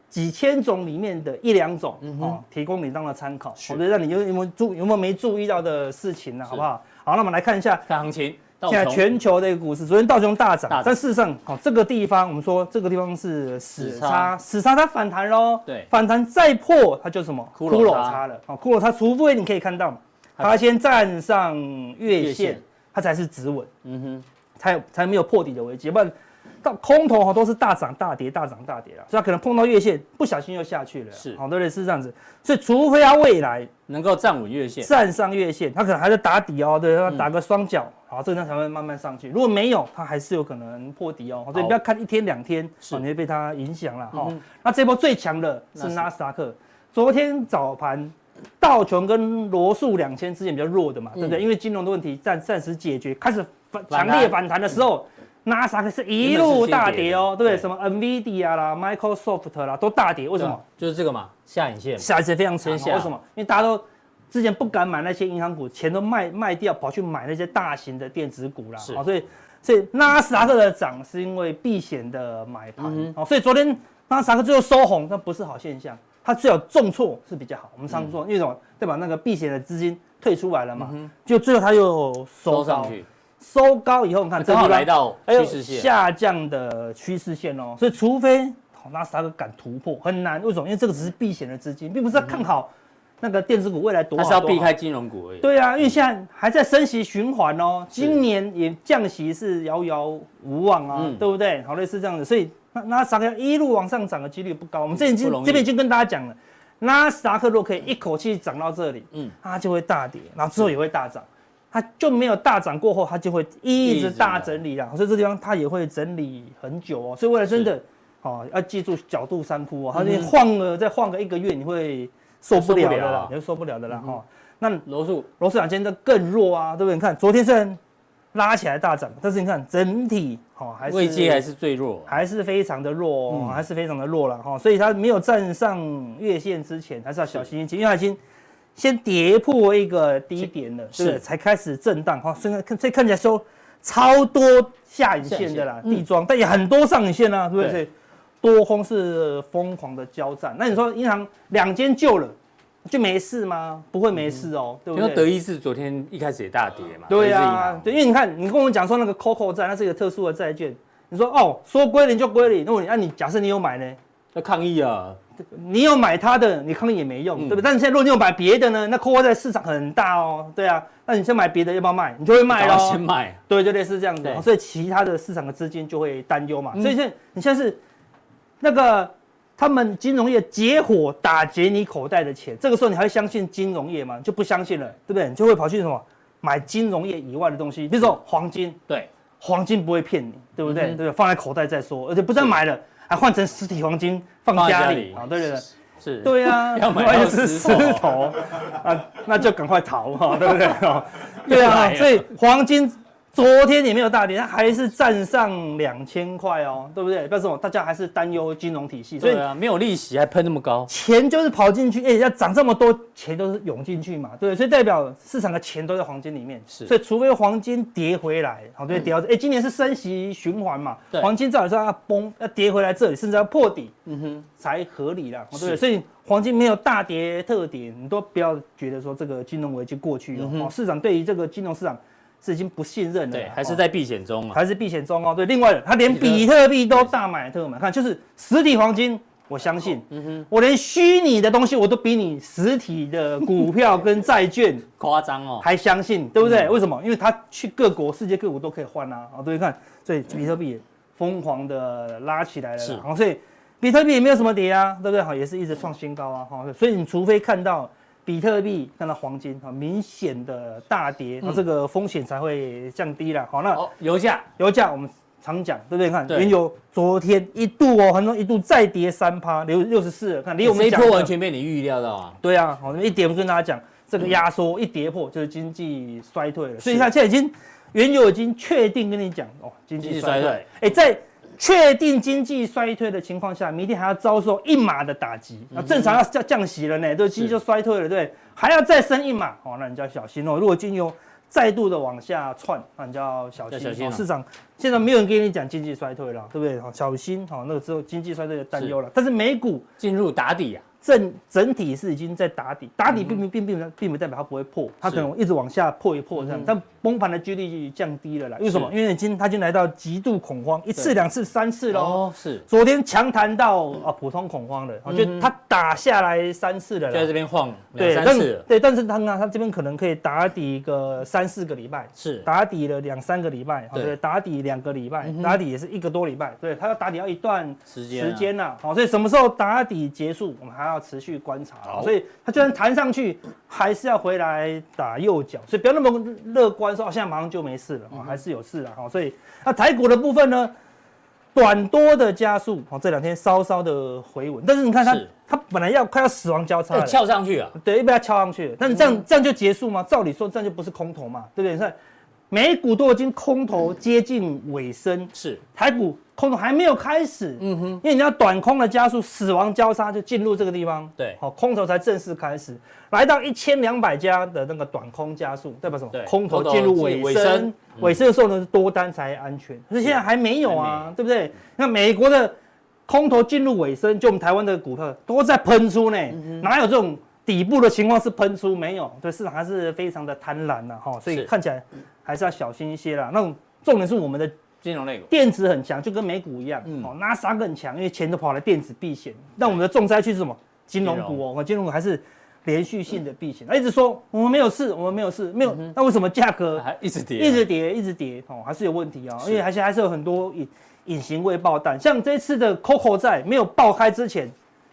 Speaker 1: 几千种里面的一两种，哦，提供你当的参考，
Speaker 2: 是
Speaker 1: 我觉得让你有有没有注有没有没注意到的事情呢，好不好？好，那我们来看一下
Speaker 2: 看行情，道
Speaker 1: 现在
Speaker 2: 琼
Speaker 1: 全球的一个股市，昨天道琼大涨
Speaker 2: 大涨，
Speaker 1: 但事实上，好、这个地方我们说这个地方是死
Speaker 2: 死叉
Speaker 1: 叉，死叉它反弹喽，
Speaker 2: 对
Speaker 1: 反弹再破它就什么
Speaker 2: 骷髅叉
Speaker 1: 叉了，好、骷髅叉，除非你可以看到，它先站上
Speaker 2: 月
Speaker 1: 月
Speaker 2: 线
Speaker 1: 线，它才是止稳，
Speaker 2: 嗯哼，
Speaker 1: 才有才没有破底的危机，不然到空头哈都是大涨大跌大涨大跌了，所以它可能碰到月线，不小心又下去了，
Speaker 2: 是
Speaker 1: 好、对不对？是这样子，所以除非它未来
Speaker 2: 能够站稳月线，嗯
Speaker 1: 站上月线，它可能还在打底哦，对，它打个双脚，好，这个地方才会慢慢上去。如果没有，它还是有可能破底哦，所以
Speaker 2: 好
Speaker 1: 不要看一天两天，
Speaker 2: 是
Speaker 1: 哦你会被它影响了哈
Speaker 2: 嗯哼。
Speaker 1: 那这波最强的是
Speaker 2: 纳斯
Speaker 1: 纳斯达克，昨天早盘道琼跟罗素两千之前比较弱的嘛，对不
Speaker 2: 嗯
Speaker 1: 对？因为金融的问题暂暂时解决，开始反
Speaker 2: 反弹
Speaker 1: 强烈反弹的时候。
Speaker 2: 嗯
Speaker 1: 纳斯达克是一路大跌哦，对
Speaker 2: 原本
Speaker 1: 不对？
Speaker 2: 是
Speaker 1: 什么 NVIDIA 啦、Microsoft 啦都大跌，为什
Speaker 2: 对
Speaker 1: 么
Speaker 2: 吧？？就是这个嘛，下影线嘛。
Speaker 1: 下一次非常长
Speaker 2: 天下
Speaker 1: 哦。为什么？因为大家都之前不敢买那些银行股，钱都卖卖掉，跑去买那些大型的电子股啦。
Speaker 2: 是
Speaker 1: 哦，所以所以纳斯达克的涨是因为避险的买盘、
Speaker 2: 嗯
Speaker 1: 哦，所以昨天纳斯达克最后收红，那不是好现象，它最好重挫是比较好。我们常
Speaker 2: 嗯
Speaker 1: 说，因为什么？对吧？那个避险的资金退出来了嘛，就最后它又收
Speaker 2: 收
Speaker 1: 高
Speaker 2: 上去，
Speaker 1: 收高以后，你看这
Speaker 2: 正好
Speaker 1: 地方
Speaker 2: 来到
Speaker 1: 哎呦
Speaker 2: 趋势线，
Speaker 1: 下降的趋势线哦，所以除非哦纳斯达克敢突破，很难。为什么？因为这个只是避险的资金，并不是在看好那个电子股未来多
Speaker 2: 它
Speaker 1: 好。
Speaker 2: 嗯是要
Speaker 1: 多好
Speaker 2: 避开金融股而已。
Speaker 1: 对啊，因为现在还在升息循环哦，
Speaker 2: 是
Speaker 1: 今年也降息是遥遥无望啊，
Speaker 2: 嗯
Speaker 1: 对不对？好，类似这样子，所以那那涨要一路往上涨的几率不高。我们之前已经
Speaker 2: 不容易
Speaker 1: 这边已经跟大家讲了，纳斯达克如果可以一口气涨到这里，
Speaker 2: 嗯
Speaker 1: 嗯，它就会大跌，然后之后也会大涨，它就没有大涨过后，它就会一直大整理啊啦。所以这地方它也会整理很久哦。所以为了真的哦，要记住角度三窟哦，它就
Speaker 2: 嗯
Speaker 1: 晃了再晃个一个月，你会受不了的啦，你会受不了的啦哦。那
Speaker 2: 罗素
Speaker 1: 罗斯两今天更弱啊，对不对？你看昨天虽然拉起来大涨，但是你看整体哦还是
Speaker 2: 位阶还是最弱，
Speaker 1: 还是非常的弱、哦
Speaker 2: 嗯
Speaker 1: 还是非常的弱了哈、哦，所以它没有站上月线之前，还是要小心一些，因为它已经先跌破一个低点了，
Speaker 2: 是
Speaker 1: 对不对？才开始震荡哈、哦，所以看所以看起来说超多下影线的啦
Speaker 2: 下，影线嗯
Speaker 1: 地庄、但也很多上影线啊，对不对？
Speaker 2: 对
Speaker 1: 所以多空是疯狂的交战，那你说银行两间救了就没事吗？不会
Speaker 2: 嗯
Speaker 1: 没事哦，对
Speaker 2: 因
Speaker 1: 不对？
Speaker 2: 为德意志昨天一开始也大跌嘛，
Speaker 1: 对
Speaker 2: 呀、
Speaker 1: 啊，对，因为你看，你跟我们讲说那个 COCO 债，那是一个特殊的债券。你说哦，说归零就归零，那我那、你假设你有买呢？
Speaker 2: 要抗议啊，
Speaker 1: 你有买它的，你抗议也没用，
Speaker 2: 嗯
Speaker 1: 对不对？但是现在如果你有买别的呢，那 COCO 债市场很大哦，对啊，那你先买别的，要不要卖？你就会卖
Speaker 2: 赶快
Speaker 1: 喽
Speaker 2: 先。卖，
Speaker 1: 对，就类似这样子
Speaker 2: 对，
Speaker 1: 所以其他的市场的资金就会担忧嘛。
Speaker 2: 嗯
Speaker 1: 所以现在你现在是那个他们金融业结伙打劫你口袋的钱，这个时候你还会相信金融业吗？你就不相信了，对不对？你就会跑去什么买金融业以外的东西，比如说黄金，
Speaker 2: 对，
Speaker 1: 黄金不会骗你，对不对？
Speaker 2: 嗯嗯
Speaker 1: 对
Speaker 2: 哼
Speaker 1: 不对？放在口袋再说，而且不但买了，还换成实体黄金放
Speaker 2: 放在家
Speaker 1: 家
Speaker 2: 里
Speaker 1: 里啊，对对对。
Speaker 2: 是，
Speaker 1: 对呀、
Speaker 2: 要买到
Speaker 1: 万一是
Speaker 2: 石
Speaker 1: 石
Speaker 2: 头
Speaker 1: 头，啊，那就赶快逃 哈、对不对？哦 对
Speaker 2: 又来
Speaker 1: 啊，
Speaker 2: 了
Speaker 1: 所以黄金昨天也没有大跌，它还是站上两千块哦，对不对？但是我大家还是担忧金融体系，所以
Speaker 2: 对啊，没有利息还喷那么高，
Speaker 1: 钱就是跑进去，哎、要涨这么多，钱都是涌进去嘛，对不对，所以代表市场的钱都在黄金里面，
Speaker 2: 是嗯
Speaker 1: 所以除非黄金跌回来，好，对，跌到，哎、今年是升息循环嘛
Speaker 2: 对，
Speaker 1: 黄金照理说要崩，要跌回来这里，甚至要破底，
Speaker 2: 嗯哼，
Speaker 1: 才合理啦，对不
Speaker 2: 是
Speaker 1: 对？所以黄金没有大跌特跌，你都不要觉得说这个金融危机过去了、
Speaker 2: 嗯哼
Speaker 1: 哦，市场对于这个金融市场是已经不信任了啦，
Speaker 2: 对，啊还是
Speaker 1: 哦
Speaker 2: 在避险中嘛，
Speaker 1: 还是避险中哦。对，另外的他连比特币都大买特买，看就是实体黄金，我相信，
Speaker 2: 嗯
Speaker 1: 我连虚拟的东西我都比你实体的股票跟债券
Speaker 2: 夸张 哦，嗯
Speaker 1: 还相信，对不对？为什么？因为他去各国、世界各国都可以换啊，啊，对，看，所以比特币也疯狂的拉起来了啦，哦
Speaker 2: 是
Speaker 1: 好，所以比特币也没有什么跌啊，对不对？好，也是一直创新高啊，好，所以你除非看到比特币、看到黄金啊明显的大跌，那、这个风险才会降低啦。好，那
Speaker 2: 嗯哦，油价
Speaker 1: 油价我们常讲，对不对？你看
Speaker 2: 对
Speaker 1: 原油昨天一度哦，很多一度再跌三趴，六六十四了，看离我
Speaker 2: 这
Speaker 1: 们
Speaker 2: 一
Speaker 1: 讲
Speaker 2: 波
Speaker 1: 的
Speaker 2: 完全被你预料到啊，
Speaker 1: 对啊，好，那么一点我们跟大家讲，这个压缩一跌破就是经济衰退了，所以它现在已经原油已经确定跟你讲哦，经
Speaker 2: 经
Speaker 1: 济
Speaker 2: 济
Speaker 1: 衰
Speaker 2: 衰退
Speaker 1: 退，哎，在确定经济衰退的情况下，明天还要遭受一码的打击，
Speaker 2: 嗯
Speaker 1: 那正常要降降息了呢，对，经济就衰退了，对，还要再升一码，哦，那你就要小心哦，如果经油再度的往下窜，那你就要小
Speaker 2: 要小心啊
Speaker 1: 心
Speaker 2: 了
Speaker 1: 哦，市场现在没有人跟你讲经济衰退了，对不对？哦小心哦，那个之后经济衰退的担忧了，但是美股。
Speaker 2: 进入打底啊，
Speaker 1: 整整体是已经在打底，打底并不并并并不代表它不会破，它
Speaker 2: 嗯是
Speaker 1: 可能一直往下破一破这样
Speaker 2: 嗯，
Speaker 1: 但崩盘的几率降低了啦。为什么？
Speaker 2: 是
Speaker 1: 因为已经它已经来到极度恐慌，一
Speaker 2: 对
Speaker 1: 次、两次、三次喽。
Speaker 2: 哦，是，
Speaker 1: 昨天强谈到啊普通恐慌了，啊就它打下来三次了
Speaker 2: 嗯就在
Speaker 1: 啦。
Speaker 2: 这边晃两
Speaker 1: 对，
Speaker 2: 三
Speaker 1: 但
Speaker 2: 次了，
Speaker 1: 对，但是它呢，它这边可能可以打底个三四个礼拜，
Speaker 2: 是，
Speaker 1: 打底了两三个礼拜，啊
Speaker 2: 对嗯
Speaker 1: 对，打底两个礼拜，打底也是一个多礼拜，对，它要打底要一段
Speaker 2: 时间啊
Speaker 1: 时间呐，好，所以什么时候打底结束，我们还要持续观察
Speaker 2: 好。
Speaker 1: 所以它就算弹上去，还是要回来打右脚，所以不要那么乐观说哦现在马上就没事
Speaker 2: 嗯
Speaker 1: 了，哦还是有事了。好，所以那台股的部分呢，短多的加速，哦，这两天稍稍的回稳，但是你看它
Speaker 2: 是，
Speaker 1: 它本来要快要死亡交叉
Speaker 2: 哎嗯
Speaker 1: 了，
Speaker 2: 翘上去啊，
Speaker 1: 对，又被它敲上去了。那你这样、这样就结束吗？照理说这样就不是空头嘛，对不对？你看美股都已经空头接近尾声，
Speaker 2: 是，
Speaker 1: 台股空头还没有开始，嗯哼，因为你要短空的加速，死亡交叉就进入这个地方，
Speaker 2: 对
Speaker 1: 好、空头才正式开始，来到一千两百家的那个短空加速，代表什么
Speaker 2: 对？
Speaker 1: 空头
Speaker 2: 空头
Speaker 1: 进入
Speaker 2: 进
Speaker 1: 尾
Speaker 2: 尾
Speaker 1: 声，尾声
Speaker 2: 声嗯
Speaker 1: 的时候呢是多单才安全，可是现在还没有
Speaker 2: 还没有
Speaker 1: 啊，对不对？那美国的空头进入尾声，就我们台湾的股票都在喷出呢，
Speaker 2: 嗯
Speaker 1: 哪有这种底部的情况是喷出没有？对，市场还是非常的贪婪呐、哈、所
Speaker 2: 是
Speaker 1: 以看起来还是要小心一些啦。那种重点是我们的
Speaker 2: 金融类股
Speaker 1: 电子很强，就跟美股一样，
Speaker 2: 嗯
Speaker 1: 哦，纳斯达克很强，因为钱都跑来电子避险。那我们的重灾区是什么？金融
Speaker 2: 金
Speaker 1: 股哦，金融股还是连续性的避险。他一直说我们没有事，我们没有事，没有。那为什么价格
Speaker 2: 嗯还一直跌啊，
Speaker 1: 一直跌，一直跌？哦，还是有问题啊、
Speaker 2: 是
Speaker 1: 因为还是还是有很多隐隐形未爆弹，像这次的 COCO 债没有爆开之前。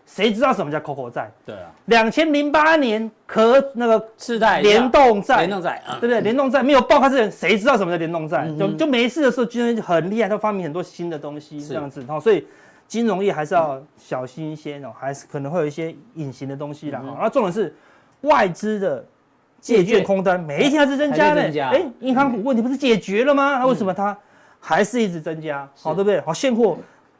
Speaker 1: 谁知道什么叫 COCO 债？
Speaker 2: 对啊，
Speaker 1: 两千零八年壳那个
Speaker 2: 世代一样
Speaker 1: 联动债，
Speaker 2: 联动债啊，
Speaker 1: 对不对？联动债没有爆发之前，谁知道什么叫联动债？
Speaker 2: 嗯
Speaker 1: 就
Speaker 2: 哼
Speaker 1: 就没事的时候，金融业就很厉害，他发明很多新的东西
Speaker 2: 是
Speaker 1: 这样子，哦哈，所以金融业还是要小心一些哦，还是可能会有一些隐形的东西啦。
Speaker 2: 嗯哼
Speaker 1: 哈然后重点是外资的借
Speaker 2: 借券
Speaker 1: 券空单每一天还是增加
Speaker 2: 还在
Speaker 1: 的，
Speaker 2: 增加嗯
Speaker 1: 哎，银行股问题不是解决了吗？那啊为什么它还是一直增加？好，对不对？好，现货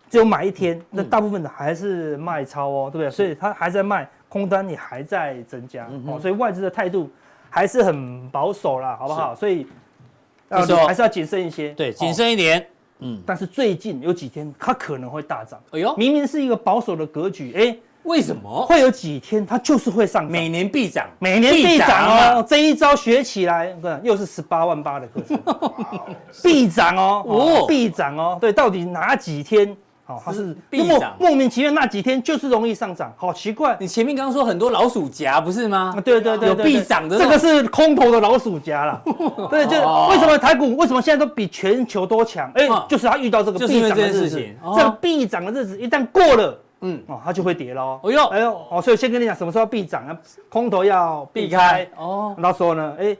Speaker 1: 只有买一
Speaker 2: 嗯
Speaker 1: 天，那大部分的还是卖超哦，对不对？所以它还在卖，空单也还在增加
Speaker 2: 嗯哼
Speaker 1: 哦，所以外资的态度。还是很保守啦，好不好？所以要
Speaker 2: 这时候
Speaker 1: 还是要谨慎一些。
Speaker 2: 对，
Speaker 1: 哦
Speaker 2: 谨。慎一点。嗯，
Speaker 1: 但是最近有几天它可能会大涨，
Speaker 2: 哎呦，
Speaker 1: 明明是一个保守的格局，哎，
Speaker 2: 为什么
Speaker 1: 会有几天它就是会上涨。
Speaker 2: 每年必涨？
Speaker 1: 每年必涨
Speaker 2: 啊
Speaker 1: 哦，这一招学起来，我跟你讲，又是十八万八的课 程，必涨哦，
Speaker 2: 哦
Speaker 1: 哦必涨哦，对，到底哪几天？好，它
Speaker 2: 是
Speaker 1: 是
Speaker 2: 嗯必
Speaker 1: 莫
Speaker 2: 涨
Speaker 1: 莫名其妙那几天就是容易上涨，好奇怪，
Speaker 2: 你前面刚刚说很多老鼠夹不是吗
Speaker 1: 啊，？对对对，
Speaker 2: 有
Speaker 1: 对
Speaker 2: 必涨的哦
Speaker 1: 对这个
Speaker 2: 那种
Speaker 1: 是空头的老鼠夹 啦。对，就是为什么台股为什么现在都比全球都强？哎
Speaker 2: 嗯，
Speaker 1: 就是它遇到这个
Speaker 2: 就是因
Speaker 1: 必
Speaker 2: 为
Speaker 1: 涨的
Speaker 2: 这件
Speaker 1: 日
Speaker 2: 事
Speaker 1: 子
Speaker 2: 情哦，
Speaker 1: 这个必涨的日子一旦过了，
Speaker 2: 嗯
Speaker 1: 嗯，哦，它就会跌喽。
Speaker 2: 哎呦
Speaker 1: 哎呦，哦，所以先跟你讲什么时候必涨啊，空头要
Speaker 2: 避
Speaker 1: 避
Speaker 2: 开
Speaker 1: 开，
Speaker 2: 哦，
Speaker 1: 到时候呢，哎。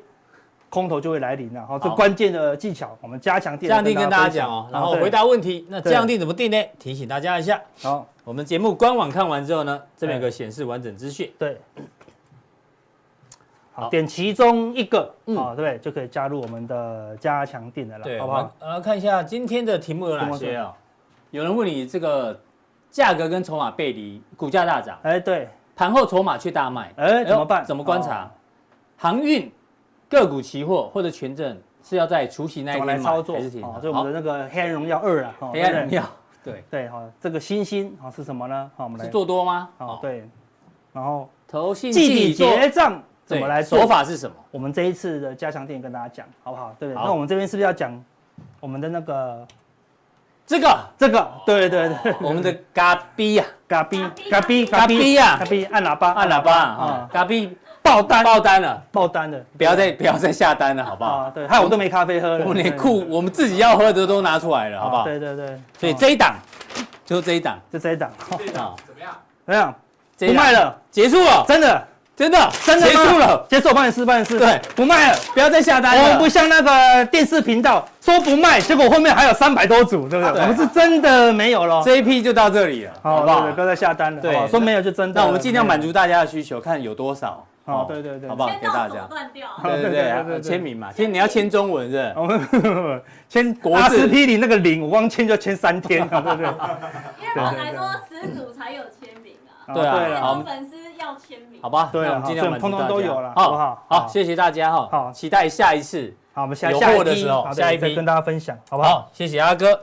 Speaker 1: 空头就会来临了，好，这
Speaker 2: 好
Speaker 1: 关键的技巧，我们加强定
Speaker 2: 降定跟大家讲哦，然后回
Speaker 1: 答。
Speaker 2: 答问题。那
Speaker 1: 对
Speaker 2: 降定怎么定呢？提醒大家一下，
Speaker 1: 好，
Speaker 2: 我们节目官网看完之后呢，这边有
Speaker 1: 对
Speaker 2: 个显示完整资讯。
Speaker 1: 对，
Speaker 2: 好
Speaker 1: 好，点其中一个，
Speaker 2: 嗯
Speaker 1: 啊，对不对？就可以加入我们的加强店的
Speaker 2: 对，
Speaker 1: 了，好不
Speaker 2: 好不好
Speaker 1: 好？？
Speaker 2: 然后看一下今天的题目有哪些啊？有人问你这个价格跟筹码背离，股价大涨，
Speaker 1: 哎，对，
Speaker 2: 盘后筹码却大卖，
Speaker 1: 哎，怎
Speaker 2: 呦
Speaker 1: 么办？哦
Speaker 2: 怎么观察？航运个股期货或者权证是要在除夕那
Speaker 1: 怎
Speaker 2: 一
Speaker 1: 么
Speaker 2: 天
Speaker 1: 来
Speaker 2: 买
Speaker 1: 操作？
Speaker 2: 还是停？
Speaker 1: 啊，所以我
Speaker 2: 好
Speaker 1: 们的那个黑暗荣耀二啊，哦
Speaker 2: 黑暗
Speaker 1: 对
Speaker 2: 荣
Speaker 1: 不对
Speaker 2: 耀，对，
Speaker 1: 对，好，这个星星啊是什么呢？好，我们来
Speaker 2: 是，做多吗？哦
Speaker 1: 好，，对，然后
Speaker 2: 投信
Speaker 1: 季底
Speaker 2: 做
Speaker 1: 结账怎
Speaker 2: 对
Speaker 1: 么来做
Speaker 2: 手？法是什么？
Speaker 1: 我们这一次的加强店跟大家讲，好不好？对不对？
Speaker 2: 好
Speaker 1: 那我们这边是不是要讲我们的那个
Speaker 2: 这个
Speaker 1: 这个？对对对，
Speaker 2: 我们的嘎逼 呀，
Speaker 1: 嘎逼
Speaker 4: 嘎
Speaker 1: 嘎
Speaker 4: 逼
Speaker 1: 逼
Speaker 2: 嘎哦逼呀
Speaker 1: 嘎逼按喇叭
Speaker 2: 按喇叭啊
Speaker 1: 啊，
Speaker 2: 嘎逼
Speaker 1: 爆单
Speaker 2: 爆单了，
Speaker 1: 爆单的，
Speaker 2: 不要再不要再下单了，好不好
Speaker 1: 啊，？对，害我都没咖啡喝了，
Speaker 2: 我们连
Speaker 1: 对
Speaker 2: 库我们自己要喝的都拿出来了，好不好？
Speaker 1: 对对对，
Speaker 2: 所以
Speaker 1: 哦
Speaker 2: 这一档就这一档，
Speaker 1: 就这一档，哦
Speaker 5: 队长怎么样？
Speaker 1: 怎么样？
Speaker 2: 这一
Speaker 1: 不
Speaker 2: 档
Speaker 1: 卖，了，
Speaker 2: 结束了，
Speaker 1: 真的
Speaker 2: 真的
Speaker 1: 真的吗
Speaker 2: 结束了，，
Speaker 1: 结束我帮你试，帮你试，
Speaker 2: 对，
Speaker 1: 不卖了。
Speaker 2: 不要再下单
Speaker 1: 我们
Speaker 2: 了。
Speaker 1: 哦不像那个电视频道说不卖，结果后面还有三百多组，对不
Speaker 2: 对
Speaker 1: 对？我们是真的没有了，
Speaker 2: 这一批就到这里了，好
Speaker 1: 好哦
Speaker 2: 不
Speaker 1: 对对不
Speaker 2: 好？
Speaker 1: 要再下单了，
Speaker 2: 对
Speaker 1: 好不好说没有就真的。
Speaker 2: 那我们尽量满足大家的需求，看有多少。
Speaker 1: 哦对对对
Speaker 2: 好不好？
Speaker 4: 签
Speaker 2: 给
Speaker 4: 到
Speaker 2: 大
Speaker 4: 手
Speaker 2: 家。
Speaker 4: 断掉。
Speaker 2: 对对
Speaker 1: 对对对对
Speaker 2: 对，
Speaker 1: 对哦
Speaker 2: 签名嘛，其实你要签中文是不是
Speaker 1: 我们 签
Speaker 2: 国
Speaker 1: 阿
Speaker 2: 字
Speaker 1: 司匹林那个零，我光签就签三天，对不 对？啊
Speaker 4: 因为本来说十组才有签名啊，
Speaker 2: 对啊
Speaker 4: 所以
Speaker 2: 好
Speaker 4: 多粉丝要签名
Speaker 2: 好。吧？
Speaker 1: 对啊
Speaker 2: 那我们尽量满
Speaker 1: 所
Speaker 2: 足大
Speaker 1: 以通通
Speaker 2: 家。
Speaker 1: 都有了
Speaker 2: 好
Speaker 1: 好不好
Speaker 2: 好，
Speaker 1: 好
Speaker 2: 谢谢大家哈。
Speaker 1: 好
Speaker 2: 期待下一次。
Speaker 1: 好，我们下
Speaker 2: 有
Speaker 1: 下
Speaker 2: 货
Speaker 1: 一
Speaker 2: 的
Speaker 1: 批
Speaker 2: 时候
Speaker 1: 好对
Speaker 2: 下一
Speaker 1: 再
Speaker 2: 批
Speaker 1: 跟大家分享，好不好？
Speaker 2: 好，谢谢阿哥。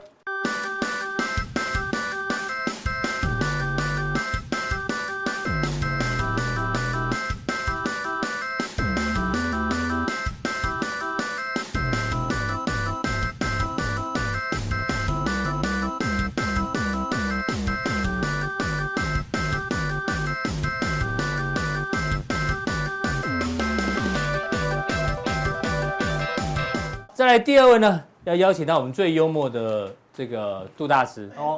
Speaker 2: 再来第二位呢，要邀请到我们最幽默的这个杜大师。哦，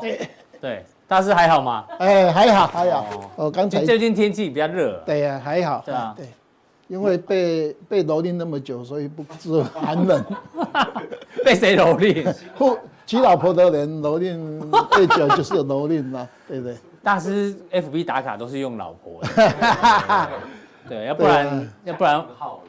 Speaker 2: 对，大师还好吗？
Speaker 3: 哎，还好还好，我刚才
Speaker 2: 就最近天气比较热，
Speaker 3: 对呀、还好，
Speaker 2: 哦对啊
Speaker 3: 对，因为被被蹂躏那么久，所以不知寒冷。
Speaker 2: 被谁蹂躏？
Speaker 3: 不，娶老婆的人蹂躏最久就是有蹂躏了， 对不对？
Speaker 2: 大师 FB 打卡都是用老婆的，对，要不然要不然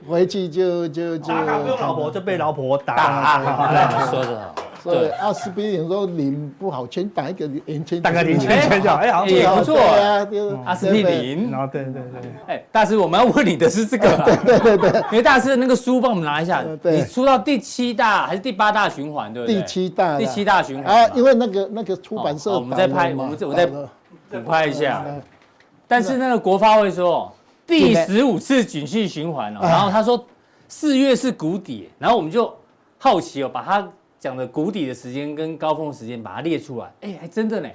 Speaker 3: 回去就就就，
Speaker 1: 打卡不用老婆就被老婆打
Speaker 2: 打啊，
Speaker 1: 打
Speaker 2: 好来说的好，
Speaker 3: 所以
Speaker 2: 对，
Speaker 3: 阿司匹林说你不好签，打一个年签，
Speaker 1: 打个零
Speaker 2: 哎
Speaker 1: 钱签就好哎，好像
Speaker 2: 也不错嗯
Speaker 3: 对啊，就是
Speaker 2: 阿司匹，林
Speaker 1: 然。后对对对，
Speaker 2: 哎，大师，我们要问你的是这个啦，对对对，因为大师的那个书帮我们拿一下，
Speaker 3: 呃对
Speaker 2: 你出到第七大还是第八大循环，对
Speaker 3: 对
Speaker 2: 不对？
Speaker 3: 不对第七大了，
Speaker 2: 第七大循环
Speaker 3: 啊，
Speaker 2: 嘛
Speaker 3: 因为那个那个出版社
Speaker 2: 哦
Speaker 3: 倒
Speaker 2: 哦我
Speaker 3: 了嘛，
Speaker 2: 们在拍我们在我在
Speaker 3: 倒了啊
Speaker 2: 补拍一下。但是那个国发会说第十五次景气循环哦，
Speaker 3: 哎
Speaker 2: 然后他说四月是谷底，然后我们就好奇哦，把他讲的谷底的时间跟高峰时间把它列出来，哎，还真的呢。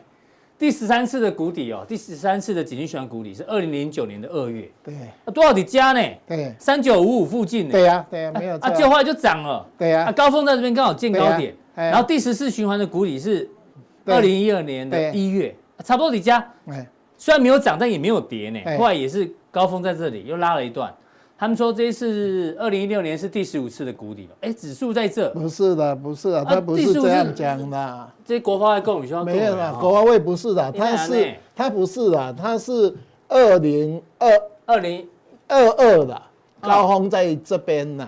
Speaker 2: 第十三次的谷底哦，第十三次的景气循环谷底是二零零九年的二月，
Speaker 3: 对
Speaker 2: 啊，多少底加呢？
Speaker 3: 对
Speaker 2: 三九五五附近呢？
Speaker 3: 对呀对呀，没有
Speaker 2: 啊，
Speaker 3: 错
Speaker 2: 就后来就涨了，
Speaker 3: 对呀
Speaker 2: 啊，高峰在这边刚好见高点，
Speaker 3: 对啊哎
Speaker 2: 然后第十次循环的谷底是二
Speaker 3: 对
Speaker 2: 零一二年的啊
Speaker 3: 对
Speaker 2: 一月，差不多底加
Speaker 3: 哎，
Speaker 2: 虽然没有涨，但也没有跌呢
Speaker 3: 哎。
Speaker 2: 后来也是高峰在这里又拉了一段。他们说这一次二零一六年是第十五次的谷底了，哎，指数在这，
Speaker 3: 不是的，不是的，
Speaker 2: 啊
Speaker 3: 他不
Speaker 2: 第
Speaker 3: 是
Speaker 2: 四
Speaker 3: 这样
Speaker 2: 是
Speaker 3: 讲的。
Speaker 2: 这国发会共语希望
Speaker 3: 没有啦，
Speaker 2: 了。
Speaker 3: 国华卫不是的，
Speaker 2: 你来
Speaker 3: 他
Speaker 2: 哦啊
Speaker 3: 是
Speaker 2: 你
Speaker 3: 他不是的，他是二零二
Speaker 2: 二零
Speaker 3: 二二
Speaker 2: 啊
Speaker 3: 的高峰在这边呐，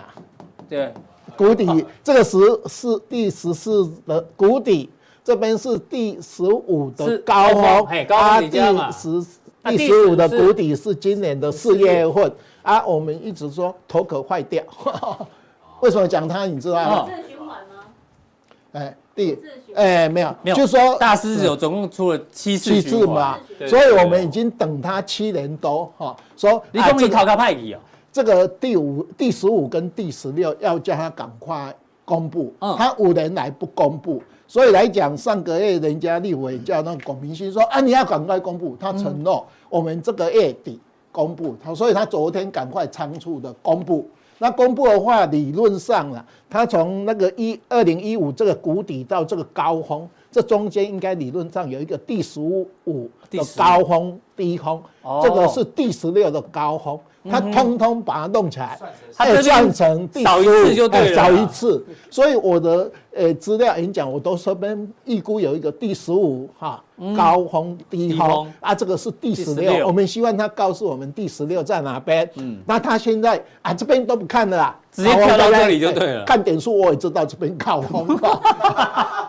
Speaker 2: 对
Speaker 3: 谷底这个十是第十四的谷底，这边是第十五
Speaker 2: 是
Speaker 3: 的
Speaker 2: 高
Speaker 3: 高峰
Speaker 2: 峰嘿，高峰
Speaker 3: 啊，
Speaker 2: 你
Speaker 3: 第
Speaker 2: 这样嘛
Speaker 3: 十
Speaker 2: 啊
Speaker 3: 第
Speaker 2: 第
Speaker 3: 十
Speaker 2: 十
Speaker 3: 五的
Speaker 2: 是
Speaker 3: 谷底是今年的四月份啊，我们一直说头壳坏掉， 为什么讲它你知道吗
Speaker 2: 哦？
Speaker 4: 自循环吗？
Speaker 3: 哎，第
Speaker 4: 自循环。
Speaker 3: 哎没有
Speaker 2: 没有
Speaker 3: 就说
Speaker 2: 大师有总共出了七次
Speaker 3: 去
Speaker 2: 循
Speaker 3: 治
Speaker 2: 环
Speaker 3: 嘛，
Speaker 2: 对
Speaker 3: 所以
Speaker 2: 对
Speaker 3: 我们
Speaker 2: 对
Speaker 3: 已经等它七年多哈，说
Speaker 2: 你
Speaker 3: 啊
Speaker 2: 终
Speaker 3: 这
Speaker 2: 于
Speaker 3: 个
Speaker 2: 逃开派底哦，
Speaker 3: 这个第五、第十五跟第十六要叫他赶快公布，
Speaker 2: 嗯
Speaker 3: 他五年来不公布，所以来讲上个月人家立委叫那个龚明鑫说啊，你要赶快公布，他承诺我们这个月底公布，他所以他昨天赶快仓促的公布。那公布的话，理论上啦，他从那个一二零一五这个谷底到这个高峰，这中间应该理论上有一个第十五
Speaker 2: 第
Speaker 3: 的
Speaker 2: 15
Speaker 3: 高峰、低峰，
Speaker 2: 哦嗯
Speaker 3: 这个是第十六的高峰，他通通把它弄起来，
Speaker 2: 他
Speaker 3: 哎
Speaker 2: 这边
Speaker 3: 算成第
Speaker 2: 少一
Speaker 3: 15
Speaker 2: 次就对
Speaker 3: 哎
Speaker 2: 了
Speaker 3: 少一
Speaker 2: 啦
Speaker 3: 次。所以我的呃资料演讲，我都这边预估有一个第十五哈高峰
Speaker 2: 嗯低
Speaker 3: 低峰
Speaker 2: 峰
Speaker 3: 啊，这个是第十
Speaker 2: 16
Speaker 3: 六，我们希望他告诉我们第十六在哪边。
Speaker 2: 嗯
Speaker 3: 那他现在啊这边都不看了啦，
Speaker 2: 直接
Speaker 3: 好我
Speaker 2: 跳到
Speaker 3: 大家
Speaker 2: 这里就对了
Speaker 3: 哎看点数我也知道这边高峰。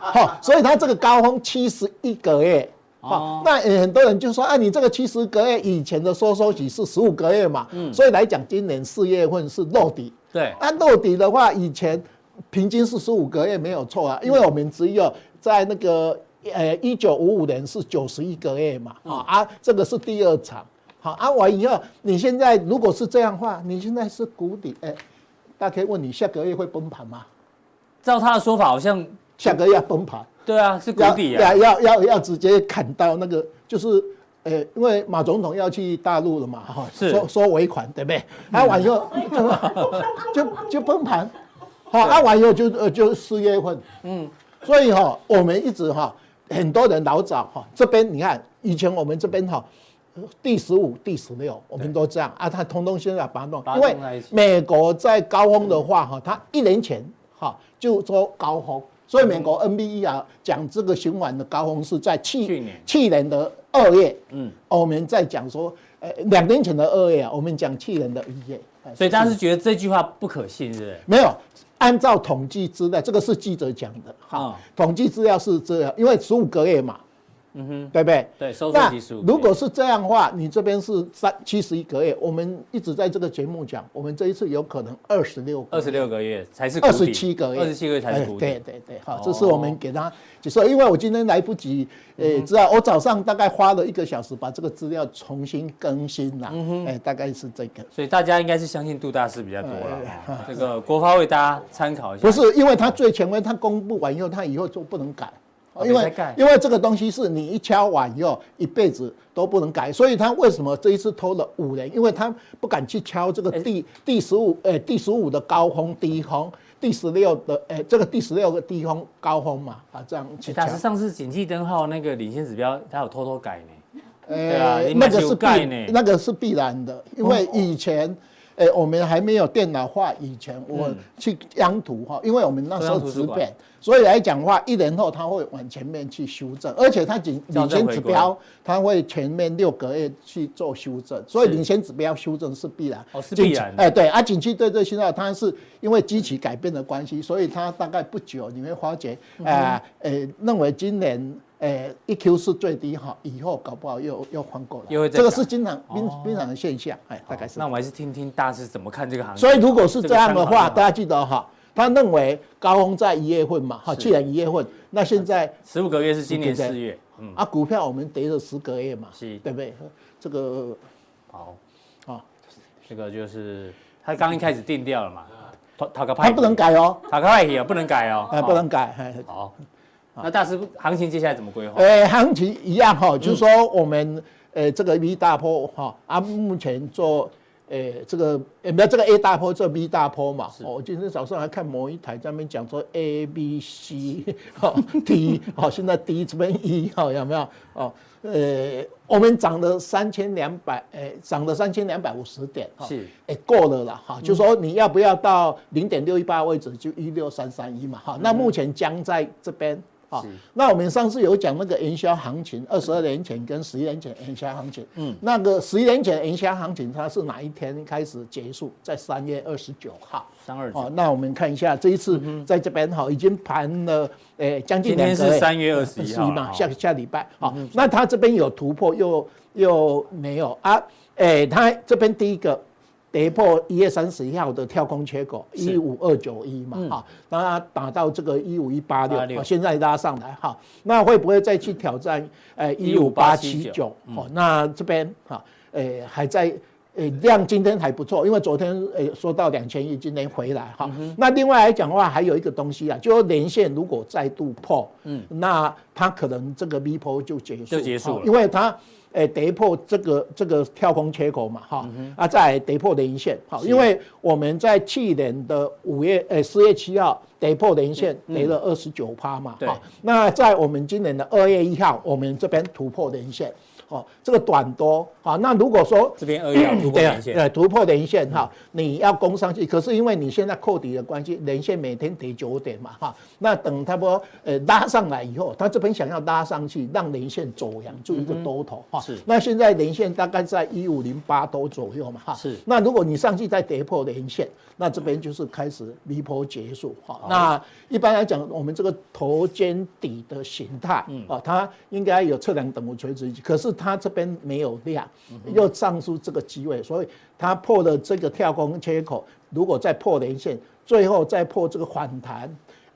Speaker 3: 好，所以它这个高峰七十一个月。
Speaker 2: 哦
Speaker 3: 好，那也很多人就说，啊，你这个七十个月以前的收缩期是十五个月嘛，
Speaker 2: 嗯
Speaker 3: 所以来讲，今年四月份是落底。
Speaker 2: 对
Speaker 3: 那落底的话，以前平均是十五个月没有错啊，因为我们只有在那个呃一九五五年是九十一个月嘛，啊啊，这个是第二场。好，啊，完以后，你现在如果是这样的话，你现在是谷底，哎、大可以问你下个月会崩盘吗？
Speaker 2: 照他的说法好像
Speaker 3: 下个月要崩盘。
Speaker 2: 对啊是谷
Speaker 3: 要
Speaker 2: 底啊
Speaker 3: 要，要要要直接砍到那个，就是呃，因为马总统要去大陆了嘛，哈、
Speaker 2: 是
Speaker 3: 收收尾款，对不对？啊，完以后就就就崩盘，好、啊，完以后就呃就四月份，嗯，所以哈、我们一直哈、很多人老早哈、这边你看，以前我们这边哈、呃第十五、第十六，我们都这样啊，他通通现在把它弄
Speaker 2: 把，它
Speaker 3: 因为
Speaker 2: 弄在一起
Speaker 3: 美国在高峰的话哈，它一年前哈就说高峰，所以美国 NBE 啊讲这个循环的高峰是在去
Speaker 2: 嗯去年
Speaker 3: 去年的二月，哦
Speaker 2: 嗯，
Speaker 3: 我们在讲说，呃，两年前的二月啊，我们讲去年的一月，哎
Speaker 2: 所以大家是觉得这句话不可信，是不是？
Speaker 3: 没有按照统计资料，这个是记者讲的
Speaker 2: 嗯
Speaker 3: 哈，统计资料是这样，因为十五个月嘛，
Speaker 2: 嗯哼，
Speaker 3: 对不对？
Speaker 2: 对，收缩
Speaker 3: 那
Speaker 2: 期十五。
Speaker 3: 如果是这样的话，你这边是三七十一个月，我们一直在这个节目讲，我们这一次有可能二十六
Speaker 2: 二十六个月才是
Speaker 3: 二十七个月，
Speaker 2: 二十七个月才
Speaker 3: 哎
Speaker 2: 是谷
Speaker 3: 对
Speaker 2: 底。哦
Speaker 3: 对对，好，这是我们给他就说，因为我今天来不及，
Speaker 2: 嗯
Speaker 3: 呃，知道我早上大概花了一个小时把这个资料重新更新啦，
Speaker 2: 嗯
Speaker 3: 哎，大概是这个。
Speaker 2: 所以大家应该是相信杜大师比较多了。这个国发为大家参考一下。
Speaker 3: 哎不是，因为他最权威，他公布完以后，他以后就不能改。
Speaker 2: 哦
Speaker 3: 因
Speaker 2: 没得
Speaker 3: 为
Speaker 2: 改
Speaker 3: 因为这个东西是你一敲完以后一辈子都不能改，所以他为什么这一次拖了五年？因为他不敢去敲这个
Speaker 2: 哎
Speaker 3: 第第十五呃第十五的高峰低峰，第十六的呃这个第十六个低峰高峰嘛啊这样去
Speaker 2: 哎
Speaker 3: 敲
Speaker 2: 大。师上次景气灯号那个领先指标，他有偷偷改呢。对啊
Speaker 3: 呃
Speaker 2: 你，
Speaker 3: 那
Speaker 2: 买
Speaker 3: 个
Speaker 2: 球
Speaker 3: 是必
Speaker 2: 盖呢
Speaker 3: 那个是必然的，因
Speaker 2: 哦
Speaker 3: 为以前，呃，我们还没有电脑化以前，我去央图哈，因为我们那时候
Speaker 2: 嗯中央图
Speaker 3: 纸
Speaker 2: 书馆
Speaker 3: 本，所以来讲的话，一年后它会往前面去修正，而且它仅
Speaker 2: 校
Speaker 3: 领
Speaker 2: 正
Speaker 3: 先
Speaker 2: 回
Speaker 3: 指
Speaker 2: 归
Speaker 3: 标，它会前面六个月去做修正，所以领先指标修正是必然。
Speaker 2: 哦是
Speaker 3: 景
Speaker 2: 必
Speaker 3: 气
Speaker 2: 然的
Speaker 3: 哎，对啊，景气对这信号，它是因为机器改变的关系，所以它大概不久你会发觉，
Speaker 2: 嗯
Speaker 3: 啊，呃，认为今年。呃，一 Q 是最低哈，以后搞不好又又翻过来，
Speaker 2: 又会再
Speaker 3: 这个
Speaker 2: 改
Speaker 3: 是经常经经常的现象，哎，大概是这
Speaker 2: 那
Speaker 3: 样。
Speaker 2: 我们还是听听大师怎么看这个行业。
Speaker 3: 所以如果是这样的
Speaker 2: 这个参啊
Speaker 3: 话，
Speaker 2: 考
Speaker 3: 大家记得哈，他认为高峰在一月份嘛，哈，
Speaker 2: 是
Speaker 3: 去年一月份，那现在
Speaker 2: 十五个月是今年
Speaker 3: 对不对
Speaker 2: 四月。嗯，
Speaker 3: 啊，股票我们跌了十个月嘛，
Speaker 2: 是
Speaker 3: 对不对？这个
Speaker 2: 好，
Speaker 3: 啊，
Speaker 2: 这个就是他刚一开始定掉了嘛，讨讨个派
Speaker 3: 它
Speaker 2: 底，
Speaker 3: 啊不能改哦，
Speaker 2: 讨个派也不能改哦，
Speaker 3: 哎，不能啊改，哎，
Speaker 2: 好。那大师行情接下来怎么规划？
Speaker 3: 呃，行情一样哈，就是说我们呃这个一大波哈，啊，目前做诶、这个诶，没有这个 A 大坡，这 B 大坡嘛。
Speaker 2: 是
Speaker 3: 哦，我今天早上还看某一台在那边讲说 A、B、C 哦 D 哦，现在 D 这边 E 哦，有没有？哦，呃，我们涨了三千两百，诶，涨了三千两百五十点，哦
Speaker 2: 是，
Speaker 3: 诶，够了啦哈。就说哦你要不要到零点六一八位置，就一六三三一嘛哈。那目前将在这边。啊
Speaker 2: 是，
Speaker 3: 那我们上次有讲那个营销行情，二十二年前跟十一年前营销行情，嗯，那个十一年前营销行情它是哪一天开始结束？在三月二十九号。
Speaker 2: 三二
Speaker 3: 哦
Speaker 2: 九，，嗯
Speaker 3: 那我们看一下这一次在这边哈，已经盘了诶将近
Speaker 2: 今天
Speaker 3: 两个
Speaker 2: 是
Speaker 3: 月
Speaker 2: 三月二十一号嗯
Speaker 3: 嘛，
Speaker 2: 了，
Speaker 3: 下下礼拜啊，那它这边有突破又又没有啊？诶，它这边第一个跌破一月三十一号的跳空缺口
Speaker 2: 是嗯
Speaker 3: 一五二九一嘛，哈，那它打到这个一五一八
Speaker 2: 86
Speaker 3: 六，现在拉上来哈，那会不会再去挑战诶一五八七
Speaker 2: 15879
Speaker 3: 九？哦，那这边哈，诶还在。诶，量今天还不错，因为昨天诶说到两千亿，今天回来
Speaker 2: 嗯
Speaker 3: 哈。那另外来讲的话，还有一个东西啊，就是连线如果再度破，嗯，那它可能这个 V 波就结束，
Speaker 2: 就结束
Speaker 3: 哈
Speaker 2: 了
Speaker 3: 因为它诶跌破这个这个跳空缺口嘛
Speaker 2: 嗯
Speaker 3: 哈，啊再来跌破连线，好，因为我们在去年的五月诶四月七号跌破连线，跌了二十九趴嘛，
Speaker 2: 嗯对
Speaker 3: 哈那在我们今年的二月一号，我们这边突破连线。哦，这个短多好，那如果说
Speaker 2: 这边二一突破
Speaker 3: 对啊
Speaker 2: 年线，
Speaker 3: 呃，突破连线哈，你要攻上去，可是因为你现在扣底的关系，连线每天跌九点嘛哈，那等它不呃拉上来以后，它这边想要拉上去，让连线走阳，做一
Speaker 2: 嗯
Speaker 3: 个多头哈。
Speaker 2: 是
Speaker 3: 那现在连线大概在一五零八多左右嘛哈。
Speaker 2: 是
Speaker 3: 那如果你上去再跌破连线，那这边就是开始离坡结束哈。那一般来讲，我们这个头肩底的形态，
Speaker 2: 嗯
Speaker 3: 啊，它应该有测量等幅垂直，可是它这边没有量，
Speaker 2: 嗯
Speaker 3: 又上出这个机位，所以它破了这个跳空缺口，如果再破连线，最后再破这个反弹。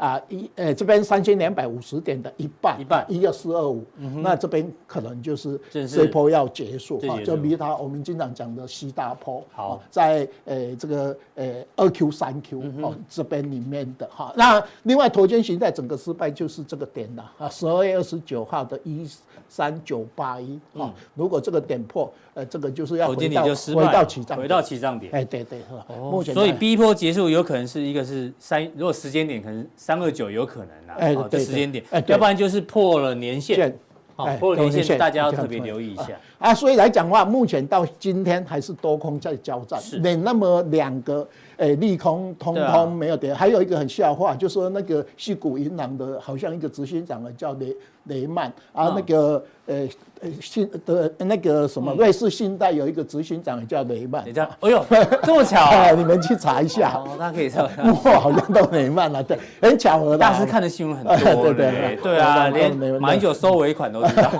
Speaker 3: 啊，一呃，这边三千两百五十点的一半，
Speaker 2: 一半嗯
Speaker 3: 一六四二五，那这边可能就是
Speaker 2: 正式
Speaker 3: 这一波要结束
Speaker 2: 这
Speaker 3: 啊
Speaker 2: 结，束
Speaker 3: 就离它我们经常讲的西大坡，
Speaker 2: 好
Speaker 3: 啊在呃这个呃二 Q 三 Q
Speaker 2: 嗯
Speaker 3: 哦这边里面的哈。那另外头肩形态整个失败就是这个点了啊，十二月二十九号的一三九八一
Speaker 2: 嗯
Speaker 3: 啊，如果这个点破，呃，这个就是要
Speaker 2: 头
Speaker 3: 回
Speaker 2: 肩
Speaker 3: 到
Speaker 2: 底就失败
Speaker 3: 回
Speaker 2: 了，
Speaker 3: 到起涨，
Speaker 2: 回到，起涨点。
Speaker 3: 哎对对，哈目前
Speaker 2: 哦所以
Speaker 3: 看
Speaker 2: B 波结束有可能是一个是三，如果时间点可能三二九有可能啦，
Speaker 3: 哎
Speaker 2: 哦，这
Speaker 3: 对对
Speaker 2: 时间点
Speaker 3: 哎，对
Speaker 2: 要不然就是破了年线
Speaker 3: 见，
Speaker 2: 好，
Speaker 3: 哎
Speaker 2: 破了年
Speaker 3: 破
Speaker 2: 线
Speaker 3: 年
Speaker 2: 大家要
Speaker 3: 线
Speaker 2: 特别留意一下。
Speaker 3: 啊，所以来讲的话，目前到今天还是多空在交战
Speaker 2: 是，
Speaker 3: 连那么两个诶利空通
Speaker 2: 对啊
Speaker 3: 通没有跌，还有一个很笑话，就说那个西谷银行的，好像一个执行长叫雷雷曼啊
Speaker 2: 嗯，
Speaker 3: 那个呃呃信的那个什么瑞士信贷有一个执行长也叫雷曼
Speaker 2: 等一，下，哎 呦，这么巧啊
Speaker 3: 啊，！你们去查一下，
Speaker 2: 哦，大 家可以上。
Speaker 3: 哇，好像到雷曼了，对，很巧合的。
Speaker 2: 大师看的新闻很多
Speaker 3: 哎
Speaker 2: 嘞，
Speaker 3: 对对对哎
Speaker 2: 对啊，
Speaker 3: 对对
Speaker 2: 连
Speaker 3: 对对
Speaker 2: 马英九收尾款都 知道。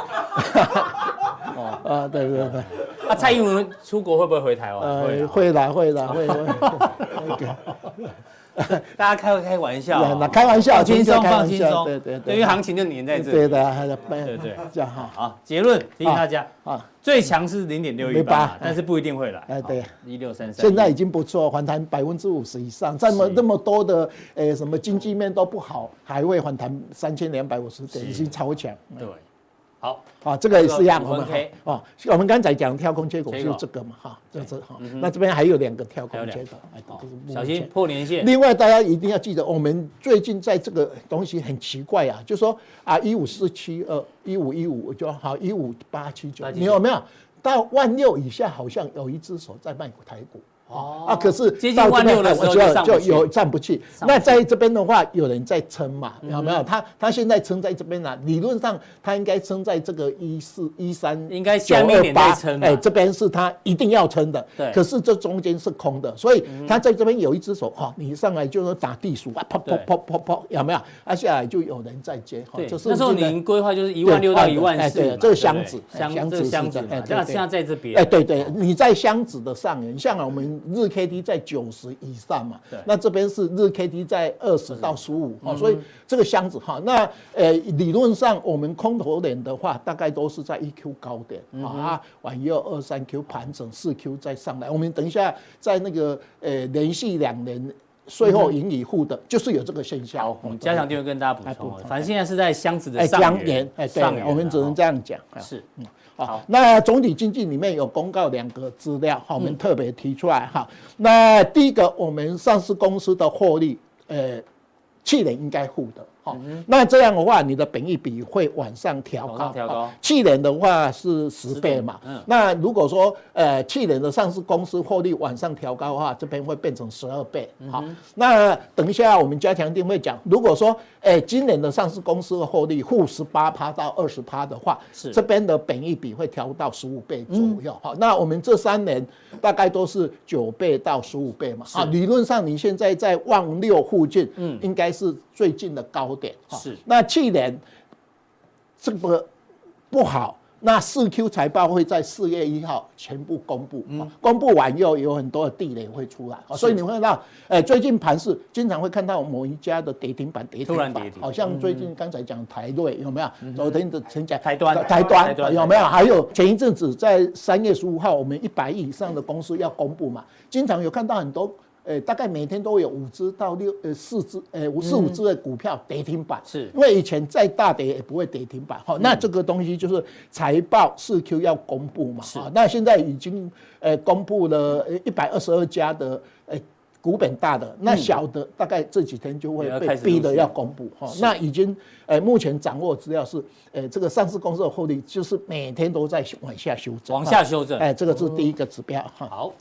Speaker 2: 哦
Speaker 3: 啊，对对对，
Speaker 2: 啊，蔡英文出国会不会回台湾？会
Speaker 3: 呃，
Speaker 2: 啊，
Speaker 3: 会啦会啦 会会，那个
Speaker 2: 大家开开玩笑啊，
Speaker 3: 那啊 开玩笑
Speaker 2: 放轻松，
Speaker 3: 听着开玩
Speaker 2: 放轻
Speaker 3: 笑
Speaker 2: 松，
Speaker 3: 对对对
Speaker 2: 因为行情就粘在这
Speaker 3: 对
Speaker 2: 里。
Speaker 3: 的，还得
Speaker 2: 对对
Speaker 3: 这样哈
Speaker 2: 好，结论提醒大家，
Speaker 3: 啊。
Speaker 2: 最强是零点六一八
Speaker 3: 08，
Speaker 2: 但是不一定会来。
Speaker 3: 哎对，
Speaker 2: 一六三三。
Speaker 3: 现在已经不错，反弹百分之五十以上，这么
Speaker 2: 是
Speaker 3: 那么多的呃什么经济面都不好，还会反弹三千两百五十点，
Speaker 2: 是
Speaker 3: 已经超强。
Speaker 2: 对，好，
Speaker 3: 啊，这个也是一样，
Speaker 2: 这
Speaker 3: 我
Speaker 2: 个
Speaker 3: 们
Speaker 2: 5K
Speaker 3: 哈啊，我们刚才讲跳空缺口
Speaker 2: 结
Speaker 3: 就
Speaker 2: 果
Speaker 3: 是这个嘛哈，就是哈。那这边还有两个跳
Speaker 2: 嗯还有
Speaker 3: 空
Speaker 2: 两
Speaker 3: 缺
Speaker 2: 个
Speaker 3: 口，哎
Speaker 2: 好
Speaker 3: 这个是目
Speaker 2: 小
Speaker 3: 前
Speaker 2: 心破年线。
Speaker 3: 另外，大家一定要记得，我们最近在这个东西很奇怪啊，就说啊，一五四七二、一五一五就好，一五八七九，
Speaker 2: 879
Speaker 3: 你有没有到万六以下？好像有一只手在卖台股。
Speaker 2: 哦
Speaker 3: 啊，可是
Speaker 2: 接近
Speaker 3: 到这边哎啊
Speaker 2: 16的时候就上不
Speaker 3: 就
Speaker 2: 去
Speaker 3: 有上不去。
Speaker 2: 上不去嗯
Speaker 3: 那在这边的话，有人在撑嘛，有没有？他他现在撑在这边啊，理论上他应该撑在这个一四一三，
Speaker 2: 应该下面一点再撑嘛啊
Speaker 3: 哎，这边是他一定要撑的，
Speaker 2: 对嗯
Speaker 3: 可是这中间是空的，所以他在这边有一只手哈，你一上来就说打地鼠啊，啪啪啪啪啪，有没有？啊，下来就有人在接哈
Speaker 2: 对，，
Speaker 3: 这是
Speaker 2: 那时候
Speaker 3: 现在
Speaker 2: 您规划就是一万六到一万
Speaker 3: 哎
Speaker 2: 四嘛，
Speaker 3: 对这个
Speaker 2: 不
Speaker 3: 箱子哎
Speaker 2: 箱
Speaker 3: 箱
Speaker 2: 这
Speaker 3: 子
Speaker 2: 个
Speaker 3: 是
Speaker 2: 箱子
Speaker 3: 这样哎
Speaker 2: 嘛，
Speaker 3: 对
Speaker 2: 那
Speaker 3: 对
Speaker 2: 现在在这边，
Speaker 3: 哎，对对，你在箱子的上缘，像啊我们日 K D 在九十以上嘛
Speaker 2: 对，
Speaker 3: 那这边是日 K D 在二十到十五哦，所以
Speaker 2: 嗯
Speaker 3: 这个箱子哈，那呃理论上我们空头点的话，大概都是在一 Q 高点
Speaker 2: 嗯
Speaker 3: 啊啊，往一二二三 Q 盘整四 Q 再上来，我们等一下在那个呃连续两年。税后盈余户的，就是有这个现象。
Speaker 2: 嗯好，我们加强定会跟大家补
Speaker 3: 哎
Speaker 2: 充
Speaker 3: 补
Speaker 2: 哦
Speaker 3: 充。
Speaker 2: 反正现在是在箱子的
Speaker 3: 哎，
Speaker 2: 上
Speaker 3: 江
Speaker 2: 缘
Speaker 3: 源，，哎，对
Speaker 2: 上缘，啊
Speaker 3: 我们只能这样讲。啊
Speaker 2: 是
Speaker 3: 好，那总体经济里面有公告两个资料，哈，我
Speaker 2: 嗯
Speaker 3: 们特别提出来哈。那第一个，我们上市公司的获利，呃，去年应该负的，哈。那这样的话，你的本益比会往上调
Speaker 2: 嗯往
Speaker 3: 高
Speaker 2: 上，调
Speaker 3: 哈
Speaker 2: 高
Speaker 3: 去年的话是十
Speaker 2: 倍
Speaker 3: 倍嘛
Speaker 2: 嗯，
Speaker 3: 那如果说呃去年的上市公司获利往上调高的话，这边会变成十二倍。
Speaker 2: 嗯
Speaker 3: 好，那等一下我们加强定会讲，如果说哎、今年的上市公司的获利负十八趴到二十趴的话，
Speaker 2: 是嗯
Speaker 3: 这边的本益比会调到十五倍左右。好，那我们这三年大概都是九倍到十五倍嘛。啊，理论上你现在在万六附近，
Speaker 2: 嗯
Speaker 3: 嗯，应该是最近的高点。哈
Speaker 2: 是
Speaker 3: 那去年这个不好，那四 Q 财报会在四月一号全部公布，
Speaker 2: 嗯
Speaker 3: 啊公布完以后有很多的地雷会出来，啊所以你会看到，哎，最近盘市经常会看到某一家的跌停板、跌停
Speaker 2: 突然
Speaker 3: 板
Speaker 2: 跌停，嗯
Speaker 3: 好像最近刚才讲台瑞有没有？昨天的前讲
Speaker 2: 台端
Speaker 3: 台
Speaker 2: 台
Speaker 3: 端啊
Speaker 2: 端
Speaker 3: 有没有？还有前一阵子在三月十五号，我们一百亿以上的公司要公布嘛，经常有看到很多。呃，大概每天都有五只到六呃四只呃五四五
Speaker 2: 嗯
Speaker 3: 只的股票跌停板，
Speaker 2: 是
Speaker 3: 因为以前再大跌也不会跌停板，哈、
Speaker 2: 嗯
Speaker 3: 那这个东西就是财报四 Q 要公布嘛，
Speaker 2: 是
Speaker 3: 啊、那现在已经呃公布了一百二十二家的呃股本大的，那小的大概这几天就
Speaker 2: 嗯
Speaker 3: 会
Speaker 2: 也要开
Speaker 3: 被
Speaker 2: 始
Speaker 3: 逼
Speaker 2: 陆
Speaker 3: 的
Speaker 2: 续
Speaker 3: 要公布，哈、那已经呃目前掌握资料是呃这个上市公司的获利就是每天都在往下修正，
Speaker 2: 往下修正
Speaker 3: 哎、这个是第一个指标哈。
Speaker 2: 好，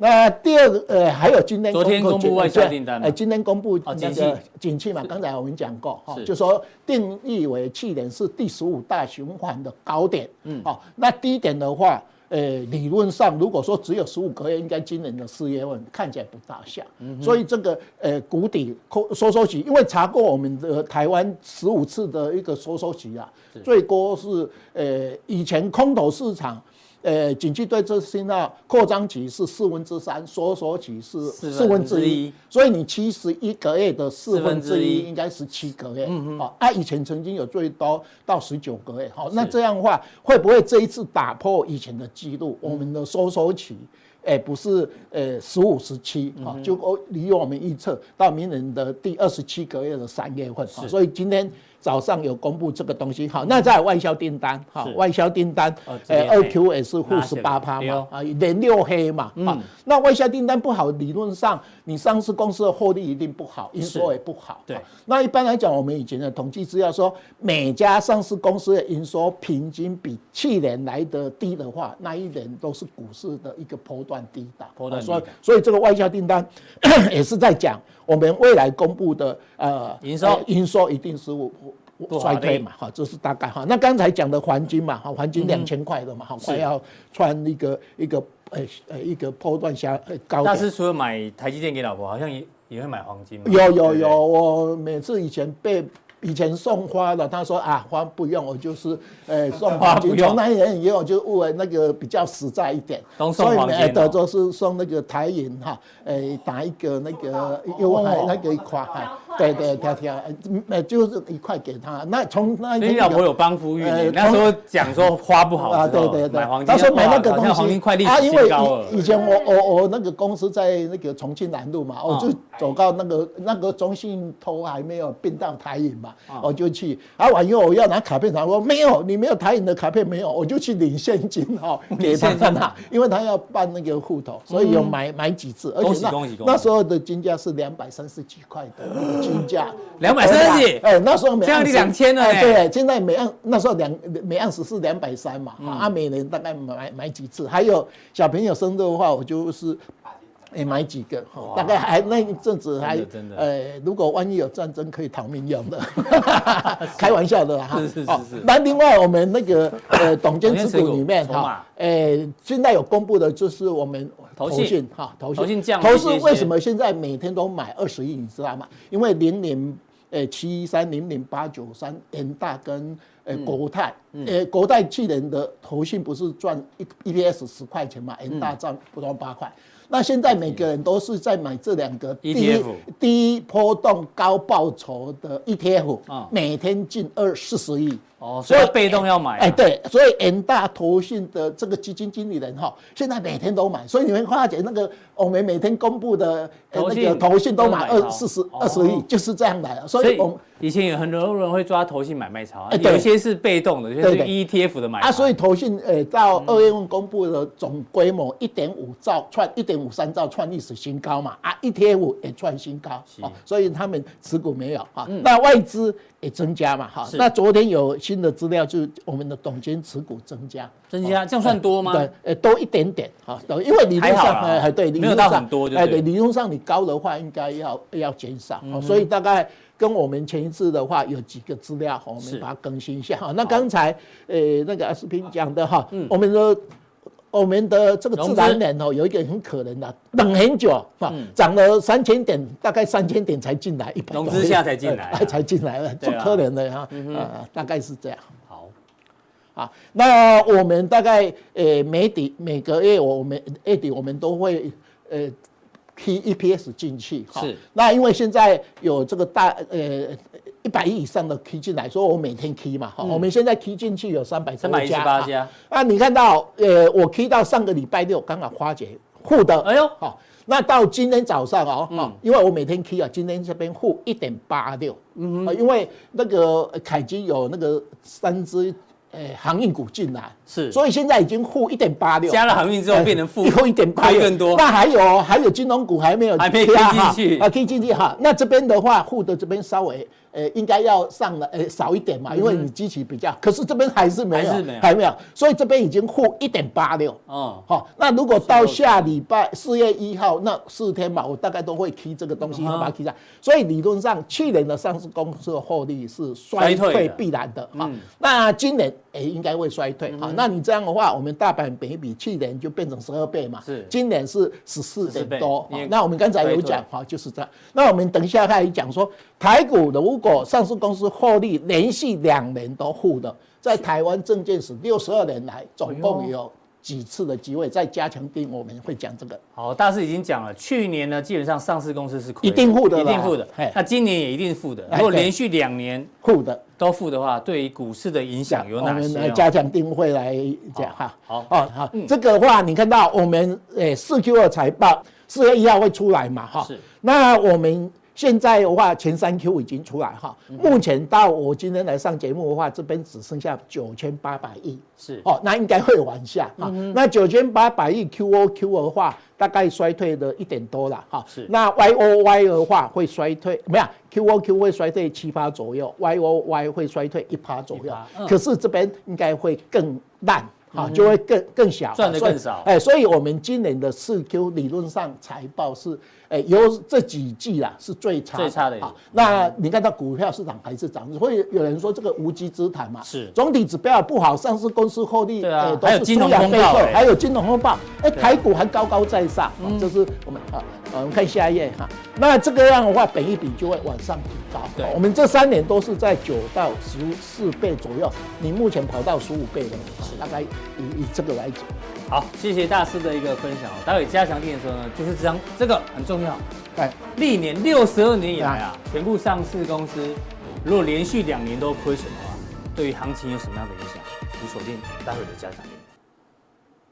Speaker 3: 那第二个，呃，还有今天
Speaker 2: 昨天
Speaker 3: 公
Speaker 2: 公布外销订单嘛
Speaker 3: 呃，今天公布
Speaker 2: 哦
Speaker 3: 那
Speaker 2: 景气
Speaker 3: 个景气嘛，刚才我们讲过哈
Speaker 2: 是，
Speaker 3: 就说定义为去年是第十五大循环的高点，嗯，哦，那低点的话，呃，理论上如果说只有十五个月，应该今年的四月份看起来不大像，所以这个呃谷底收收缩期，因为查过我们的呃台湾十五次的一个收缩期啊，最多是呃以前空头市场。呃，景气对这信号扩张期是四分之三，收缩期是
Speaker 2: 四分
Speaker 3: 四分之
Speaker 2: 之一
Speaker 3: 一，所以你七十一个月的四分
Speaker 2: 四分
Speaker 3: 之
Speaker 2: 之
Speaker 3: 一
Speaker 2: 一嗯
Speaker 3: 应该十七个月，哦，啊，以前曾经有最多到十九个月，好，那这样的话会不会这一次打破以前的记录？
Speaker 2: 嗯
Speaker 3: 我们的收缩期，哎，不是呃十五十七，
Speaker 2: 嗯
Speaker 3: 哈，就哦离我们预测到明年的第二十七个月的三月份，好所以今天。早上有公布这个东西，好，那在外销订单，哈
Speaker 2: 是，
Speaker 3: 外销订单
Speaker 2: 哦，这
Speaker 3: 呃，
Speaker 2: 边
Speaker 3: 二
Speaker 2: 嘿
Speaker 3: Q 也是负
Speaker 2: 拉起
Speaker 3: 十
Speaker 2: 来
Speaker 3: 八趴
Speaker 2: 对哦
Speaker 3: 嘛，啊，连六黑嘛，
Speaker 2: 嗯
Speaker 3: 啊，那外销订单不好，理论上你上市公司的获利一定不好，营收
Speaker 2: 是
Speaker 3: 也不好。
Speaker 2: 对
Speaker 3: 啊那一般来讲，我们以前的统计资料说，每家上市公司的营收平均比去年来的低的话，那一年都是股市的一个波段低档。啊
Speaker 2: 波段低
Speaker 3: 所
Speaker 2: 档
Speaker 3: 以所以这个外销订单 也是在讲我们未来公布的呃
Speaker 2: 营收
Speaker 3: 呃营收一定是我
Speaker 2: 不好
Speaker 3: 衰
Speaker 2: 的
Speaker 3: 退嘛，哈，这是大概哈。那刚才讲的黄金嘛，哈，
Speaker 2: 嗯
Speaker 3: 黄金两千块的嘛，哈，快要穿一个一个呃呃一个波段下呃高
Speaker 2: 大
Speaker 3: 点。
Speaker 2: 师除了买台积电给老婆，好像也也会买黄金嘛。
Speaker 3: 有有
Speaker 2: 对不对
Speaker 3: 有，，我每次以前被以前送花的，他说啊花不用，我就是呃送
Speaker 2: 花不
Speaker 3: 黄金。
Speaker 2: 用
Speaker 3: 从那一年以后就误为那个比较实在一点，
Speaker 2: 都送黄金
Speaker 3: 所以呃
Speaker 2: 哦
Speaker 3: 德州是送那个台银哈，呃打一个那
Speaker 2: 哦
Speaker 3: 个优惠那个一块，对对条条，呃就是一块给他。那从那一
Speaker 2: 所以
Speaker 3: 年
Speaker 2: 你老婆有帮扶育
Speaker 3: 呃
Speaker 2: 你，那时候讲说花不好
Speaker 3: 啊，
Speaker 2: 之后
Speaker 3: 对对对
Speaker 2: 买黄，金，
Speaker 3: 他说买那个
Speaker 2: 哇好
Speaker 3: 东
Speaker 2: 像
Speaker 3: 西，
Speaker 2: 黄金快历
Speaker 3: 啊，
Speaker 2: 史
Speaker 3: 因为
Speaker 2: 新高了
Speaker 3: 以以。前我我我那个公司在那个重庆南路嘛，
Speaker 2: 嗯
Speaker 3: 我就走到那个那个中信头还没有并到台影嘛，
Speaker 2: 嗯
Speaker 3: 我就去，啊，完以后我要拿卡片，他说没有，你没有台影的卡片没有，我就去领现金 哦，给他
Speaker 2: 领现金嗯
Speaker 3: 拿，因为他要办那个户头，所以有买买几次，而
Speaker 2: 恭
Speaker 3: 且
Speaker 2: 喜
Speaker 3: 那
Speaker 2: 恭喜恭喜
Speaker 3: 那时候的金价是两百三十几块的那个金价，
Speaker 2: 230几
Speaker 3: 哎，那时候每
Speaker 2: 这样
Speaker 3: 盎
Speaker 2: 你
Speaker 3: 司
Speaker 2: 2000了
Speaker 3: 哎
Speaker 2: 呢
Speaker 3: 对，对，现在每盎那时候两每盎司是两百三
Speaker 2: 嗯
Speaker 3: 嘛，啊，每人大概买买几次？还有小朋友生日的话，我就是。哎，买几个哈？大概还那一阵子还
Speaker 2: 真的真的
Speaker 3: 呃，如果万一有战争，可以逃命用的， 开玩笑的啦哈。
Speaker 2: 是是是
Speaker 3: 哦
Speaker 2: 是
Speaker 3: 那另外我们那个呃，董监
Speaker 2: 董监
Speaker 3: 持
Speaker 2: 持股
Speaker 3: 股里面
Speaker 2: 筹码
Speaker 3: 哈，呃，现在有公布的就是我们
Speaker 2: 投
Speaker 3: 投
Speaker 2: 信
Speaker 3: 信哈，投
Speaker 2: 投信降了
Speaker 3: 投
Speaker 2: 一
Speaker 3: 信
Speaker 2: 些
Speaker 3: 为
Speaker 2: 些
Speaker 3: 什么现在每天都买二十亿？你知道吗？因为零零呃七一三零零八九三联大跟呃国泰，呃国泰去年的投信不是赚一 EPS 十块钱嘛，联大赚不到八块。那现在每个人都是在买这两个低
Speaker 2: ETF
Speaker 3: 低波动高报酬的 ETF，、
Speaker 2: 啊
Speaker 3: 每天进二四十亿。
Speaker 2: 哦，所以被动要买啊。
Speaker 3: 哎，对，所以 N 大投信的这个基金经理人哈，现在每天都买，所以你会发觉那个我们每天公布的呃
Speaker 2: 投
Speaker 3: 那
Speaker 2: 信
Speaker 3: 个投信都
Speaker 2: 都买
Speaker 3: 买二
Speaker 2: 超
Speaker 3: 四十
Speaker 2: 哦
Speaker 3: 二十亿，就是这样来的。所
Speaker 2: 所
Speaker 3: 以
Speaker 2: 以
Speaker 3: 我们
Speaker 2: 以前有很多人会抓投信买卖潮，
Speaker 3: 哎对
Speaker 2: 有一些是被动的，就是
Speaker 3: 对对
Speaker 2: ETF 的买嗯
Speaker 3: 啊，
Speaker 2: 潮。
Speaker 3: 所以投信呃到二月份公布的总规模一点五兆创一点五三兆创历史新高嘛，啊，ETF 也创新高
Speaker 2: 是嗯
Speaker 3: 啊，所以他们持股没有啊，那外资也增加嘛哈
Speaker 2: 是，
Speaker 3: 那昨天有新的资料，就是我们的董监持股增加，
Speaker 2: 增加这样算多吗？
Speaker 3: 哦对，呃，多一点点啊，对因为理论
Speaker 2: 还好
Speaker 3: 上
Speaker 2: 啦
Speaker 3: 哎，哎对，理
Speaker 2: 没有
Speaker 3: 论
Speaker 2: 到
Speaker 3: 上
Speaker 2: 很多就
Speaker 3: 哎，
Speaker 2: 对嗯
Speaker 3: 对，理论上你高的话应该要要减少，哦所以大概跟我们前一次的话有几个资料，哦我
Speaker 2: 是
Speaker 3: 们把它更新一下哈。那刚才呃那个阿斯平讲的哈，我们的。我们的这个
Speaker 2: 嗯融
Speaker 3: 自
Speaker 2: 资
Speaker 3: 然人哦，有一个很可能的，等很久啊
Speaker 2: 嗯，
Speaker 3: 涨了三千点，大概三千点才进来，一百
Speaker 2: 融
Speaker 3: 多
Speaker 2: 资
Speaker 3: 亿
Speaker 2: 下才进
Speaker 3: 哎
Speaker 2: 来啊
Speaker 3: 哎才进来了，
Speaker 2: 对
Speaker 3: 不
Speaker 2: 啊
Speaker 3: 可能的哈，呃，大概是这样。
Speaker 2: 好，
Speaker 3: 啊，那我们大概呃每底每个月我们月底我们都会呃 P EPS 进去哈
Speaker 2: 是
Speaker 3: 那因为现在有这个大呃一百亿以上的 K 进来，所以我每天 K 嘛哈、我们现在 K 进去有三百
Speaker 2: 嗯三百一十八。家，
Speaker 3: 那啊你看到呃我 K 到上个礼拜六刚好花姐护的，
Speaker 2: 哎呦
Speaker 3: 好、那到今天早上哦，
Speaker 2: 嗯
Speaker 3: 哦因为我每天 K 啊，今天这边护一点八六，嗯，因为那个呃凯基有那个三只呃航运股进来，
Speaker 2: 是
Speaker 3: 所以现在已经护一点八六，
Speaker 2: 加了航运之后
Speaker 3: 哎
Speaker 2: 变成负
Speaker 3: 以后一点八
Speaker 2: 亏更多
Speaker 3: 那还有还有金融股还没有
Speaker 2: 还没
Speaker 3: 贴啊
Speaker 2: K 进去
Speaker 3: 哈啊，K 进去哈。那这边的话，沪的这边稍微呃应该要上了呃少一点嘛，因为你机器比较，可是这边还是没
Speaker 2: 嗯
Speaker 3: 有
Speaker 2: 还是没有，
Speaker 3: 还没有，所以这边已经沪一点八六。
Speaker 2: 嗯，
Speaker 3: 好、那如果到下礼拜四月一号那四天吧，我大概都会提这个东西，
Speaker 2: 嗯哼
Speaker 3: 把它提上。所以理论上，去年的上市公司的获利是衰
Speaker 2: 嗯衰退
Speaker 3: 退
Speaker 2: 的
Speaker 3: 必然的哈、
Speaker 2: 嗯
Speaker 3: 那今年也应该会衰退哈、那你这样的话，我们大阪北比去年就变成十二倍嘛，
Speaker 2: 是
Speaker 3: 今年是十四
Speaker 2: 14倍
Speaker 3: 点多、
Speaker 2: 因为
Speaker 3: 哈那我们刚才有
Speaker 2: 衰
Speaker 3: 讲
Speaker 2: 退
Speaker 3: 哈，就是这样。那我们等一下还讲说，台股如果上市公司获利连续两年都负的，在台湾证券史六十二年来总
Speaker 2: 哎
Speaker 3: 共
Speaker 2: 呦
Speaker 3: 有几次的机会，再加强定我们会讲这个。
Speaker 2: 好，大师已经讲了，去年呢基本上上市公司是亏的，
Speaker 3: 一定负的
Speaker 2: 一
Speaker 3: 啦
Speaker 2: 定负的
Speaker 3: 嘿，
Speaker 2: 那今年也一定负的。
Speaker 3: 哎
Speaker 2: 如果
Speaker 3: 对
Speaker 2: 连续两年
Speaker 3: 负的
Speaker 2: 都负的话，对于股市的影响有
Speaker 3: 哎我
Speaker 2: 哪
Speaker 3: 们
Speaker 2: 些
Speaker 3: 来
Speaker 2: 哦？
Speaker 3: 加强定位来讲哈。
Speaker 2: 好
Speaker 3: 哦，好
Speaker 2: 嗯，
Speaker 3: 这个话你看到我们呃四 Q 的财报四月一号会出来嘛哈？
Speaker 2: 是。
Speaker 3: 那我们现在的话，前三 Q 已经出来哈。
Speaker 2: 嗯
Speaker 3: 目前到我今天来上节目的话，这边只剩下九千八百亿。
Speaker 2: 是嗯
Speaker 3: 哦，那应该会往下哈。那九千八百亿 QOQ 的话，大概衰退的一点多了哈。
Speaker 2: 是
Speaker 3: 那 YOY 的话会衰退，没有 QOQ 会衰退七趴左右，YOY 会衰退一趴左右
Speaker 2: 1%。嗯
Speaker 3: 可是这边应该会更烂。哈，就会更更小，
Speaker 2: 赚得
Speaker 3: 所以
Speaker 2: 更少
Speaker 3: 哎，所以我们今年的四 Q 理论上财报是，哎，由这几季啦是最差
Speaker 2: 最差的一
Speaker 3: 啊
Speaker 2: 季。
Speaker 3: 那你看到股票市场还是涨，所以有人说这个无稽之谈嘛。
Speaker 2: 是
Speaker 3: 总体指标不好，上市公司获利
Speaker 2: 对啊
Speaker 3: 呃都
Speaker 2: 还有
Speaker 3: 是
Speaker 2: 金融
Speaker 3: 猪羊
Speaker 2: 风
Speaker 3: 背
Speaker 2: 暴
Speaker 3: 后
Speaker 2: 哎
Speaker 3: 还有金融风暴，
Speaker 2: 对
Speaker 3: 哎，
Speaker 2: 啊嗯
Speaker 3: 台股还高高在上，哦这是我们啊，呃我们看下一页哈。那这个样的话，本一比就会往上提高。
Speaker 2: 对
Speaker 3: 哦我们这三年都是在九到十四倍左右，你目前跑到十五倍了，呃大概以以这个来讲。
Speaker 2: 好，谢谢大师的一个分享哦。待会加强定的时候呢，就是这张这个很重要。
Speaker 3: 哎，
Speaker 2: 历年六十二年以来啊，全部上市公司如果连续两年都亏损的话，对于行情有什么样的影响？请锁定待会的加强定。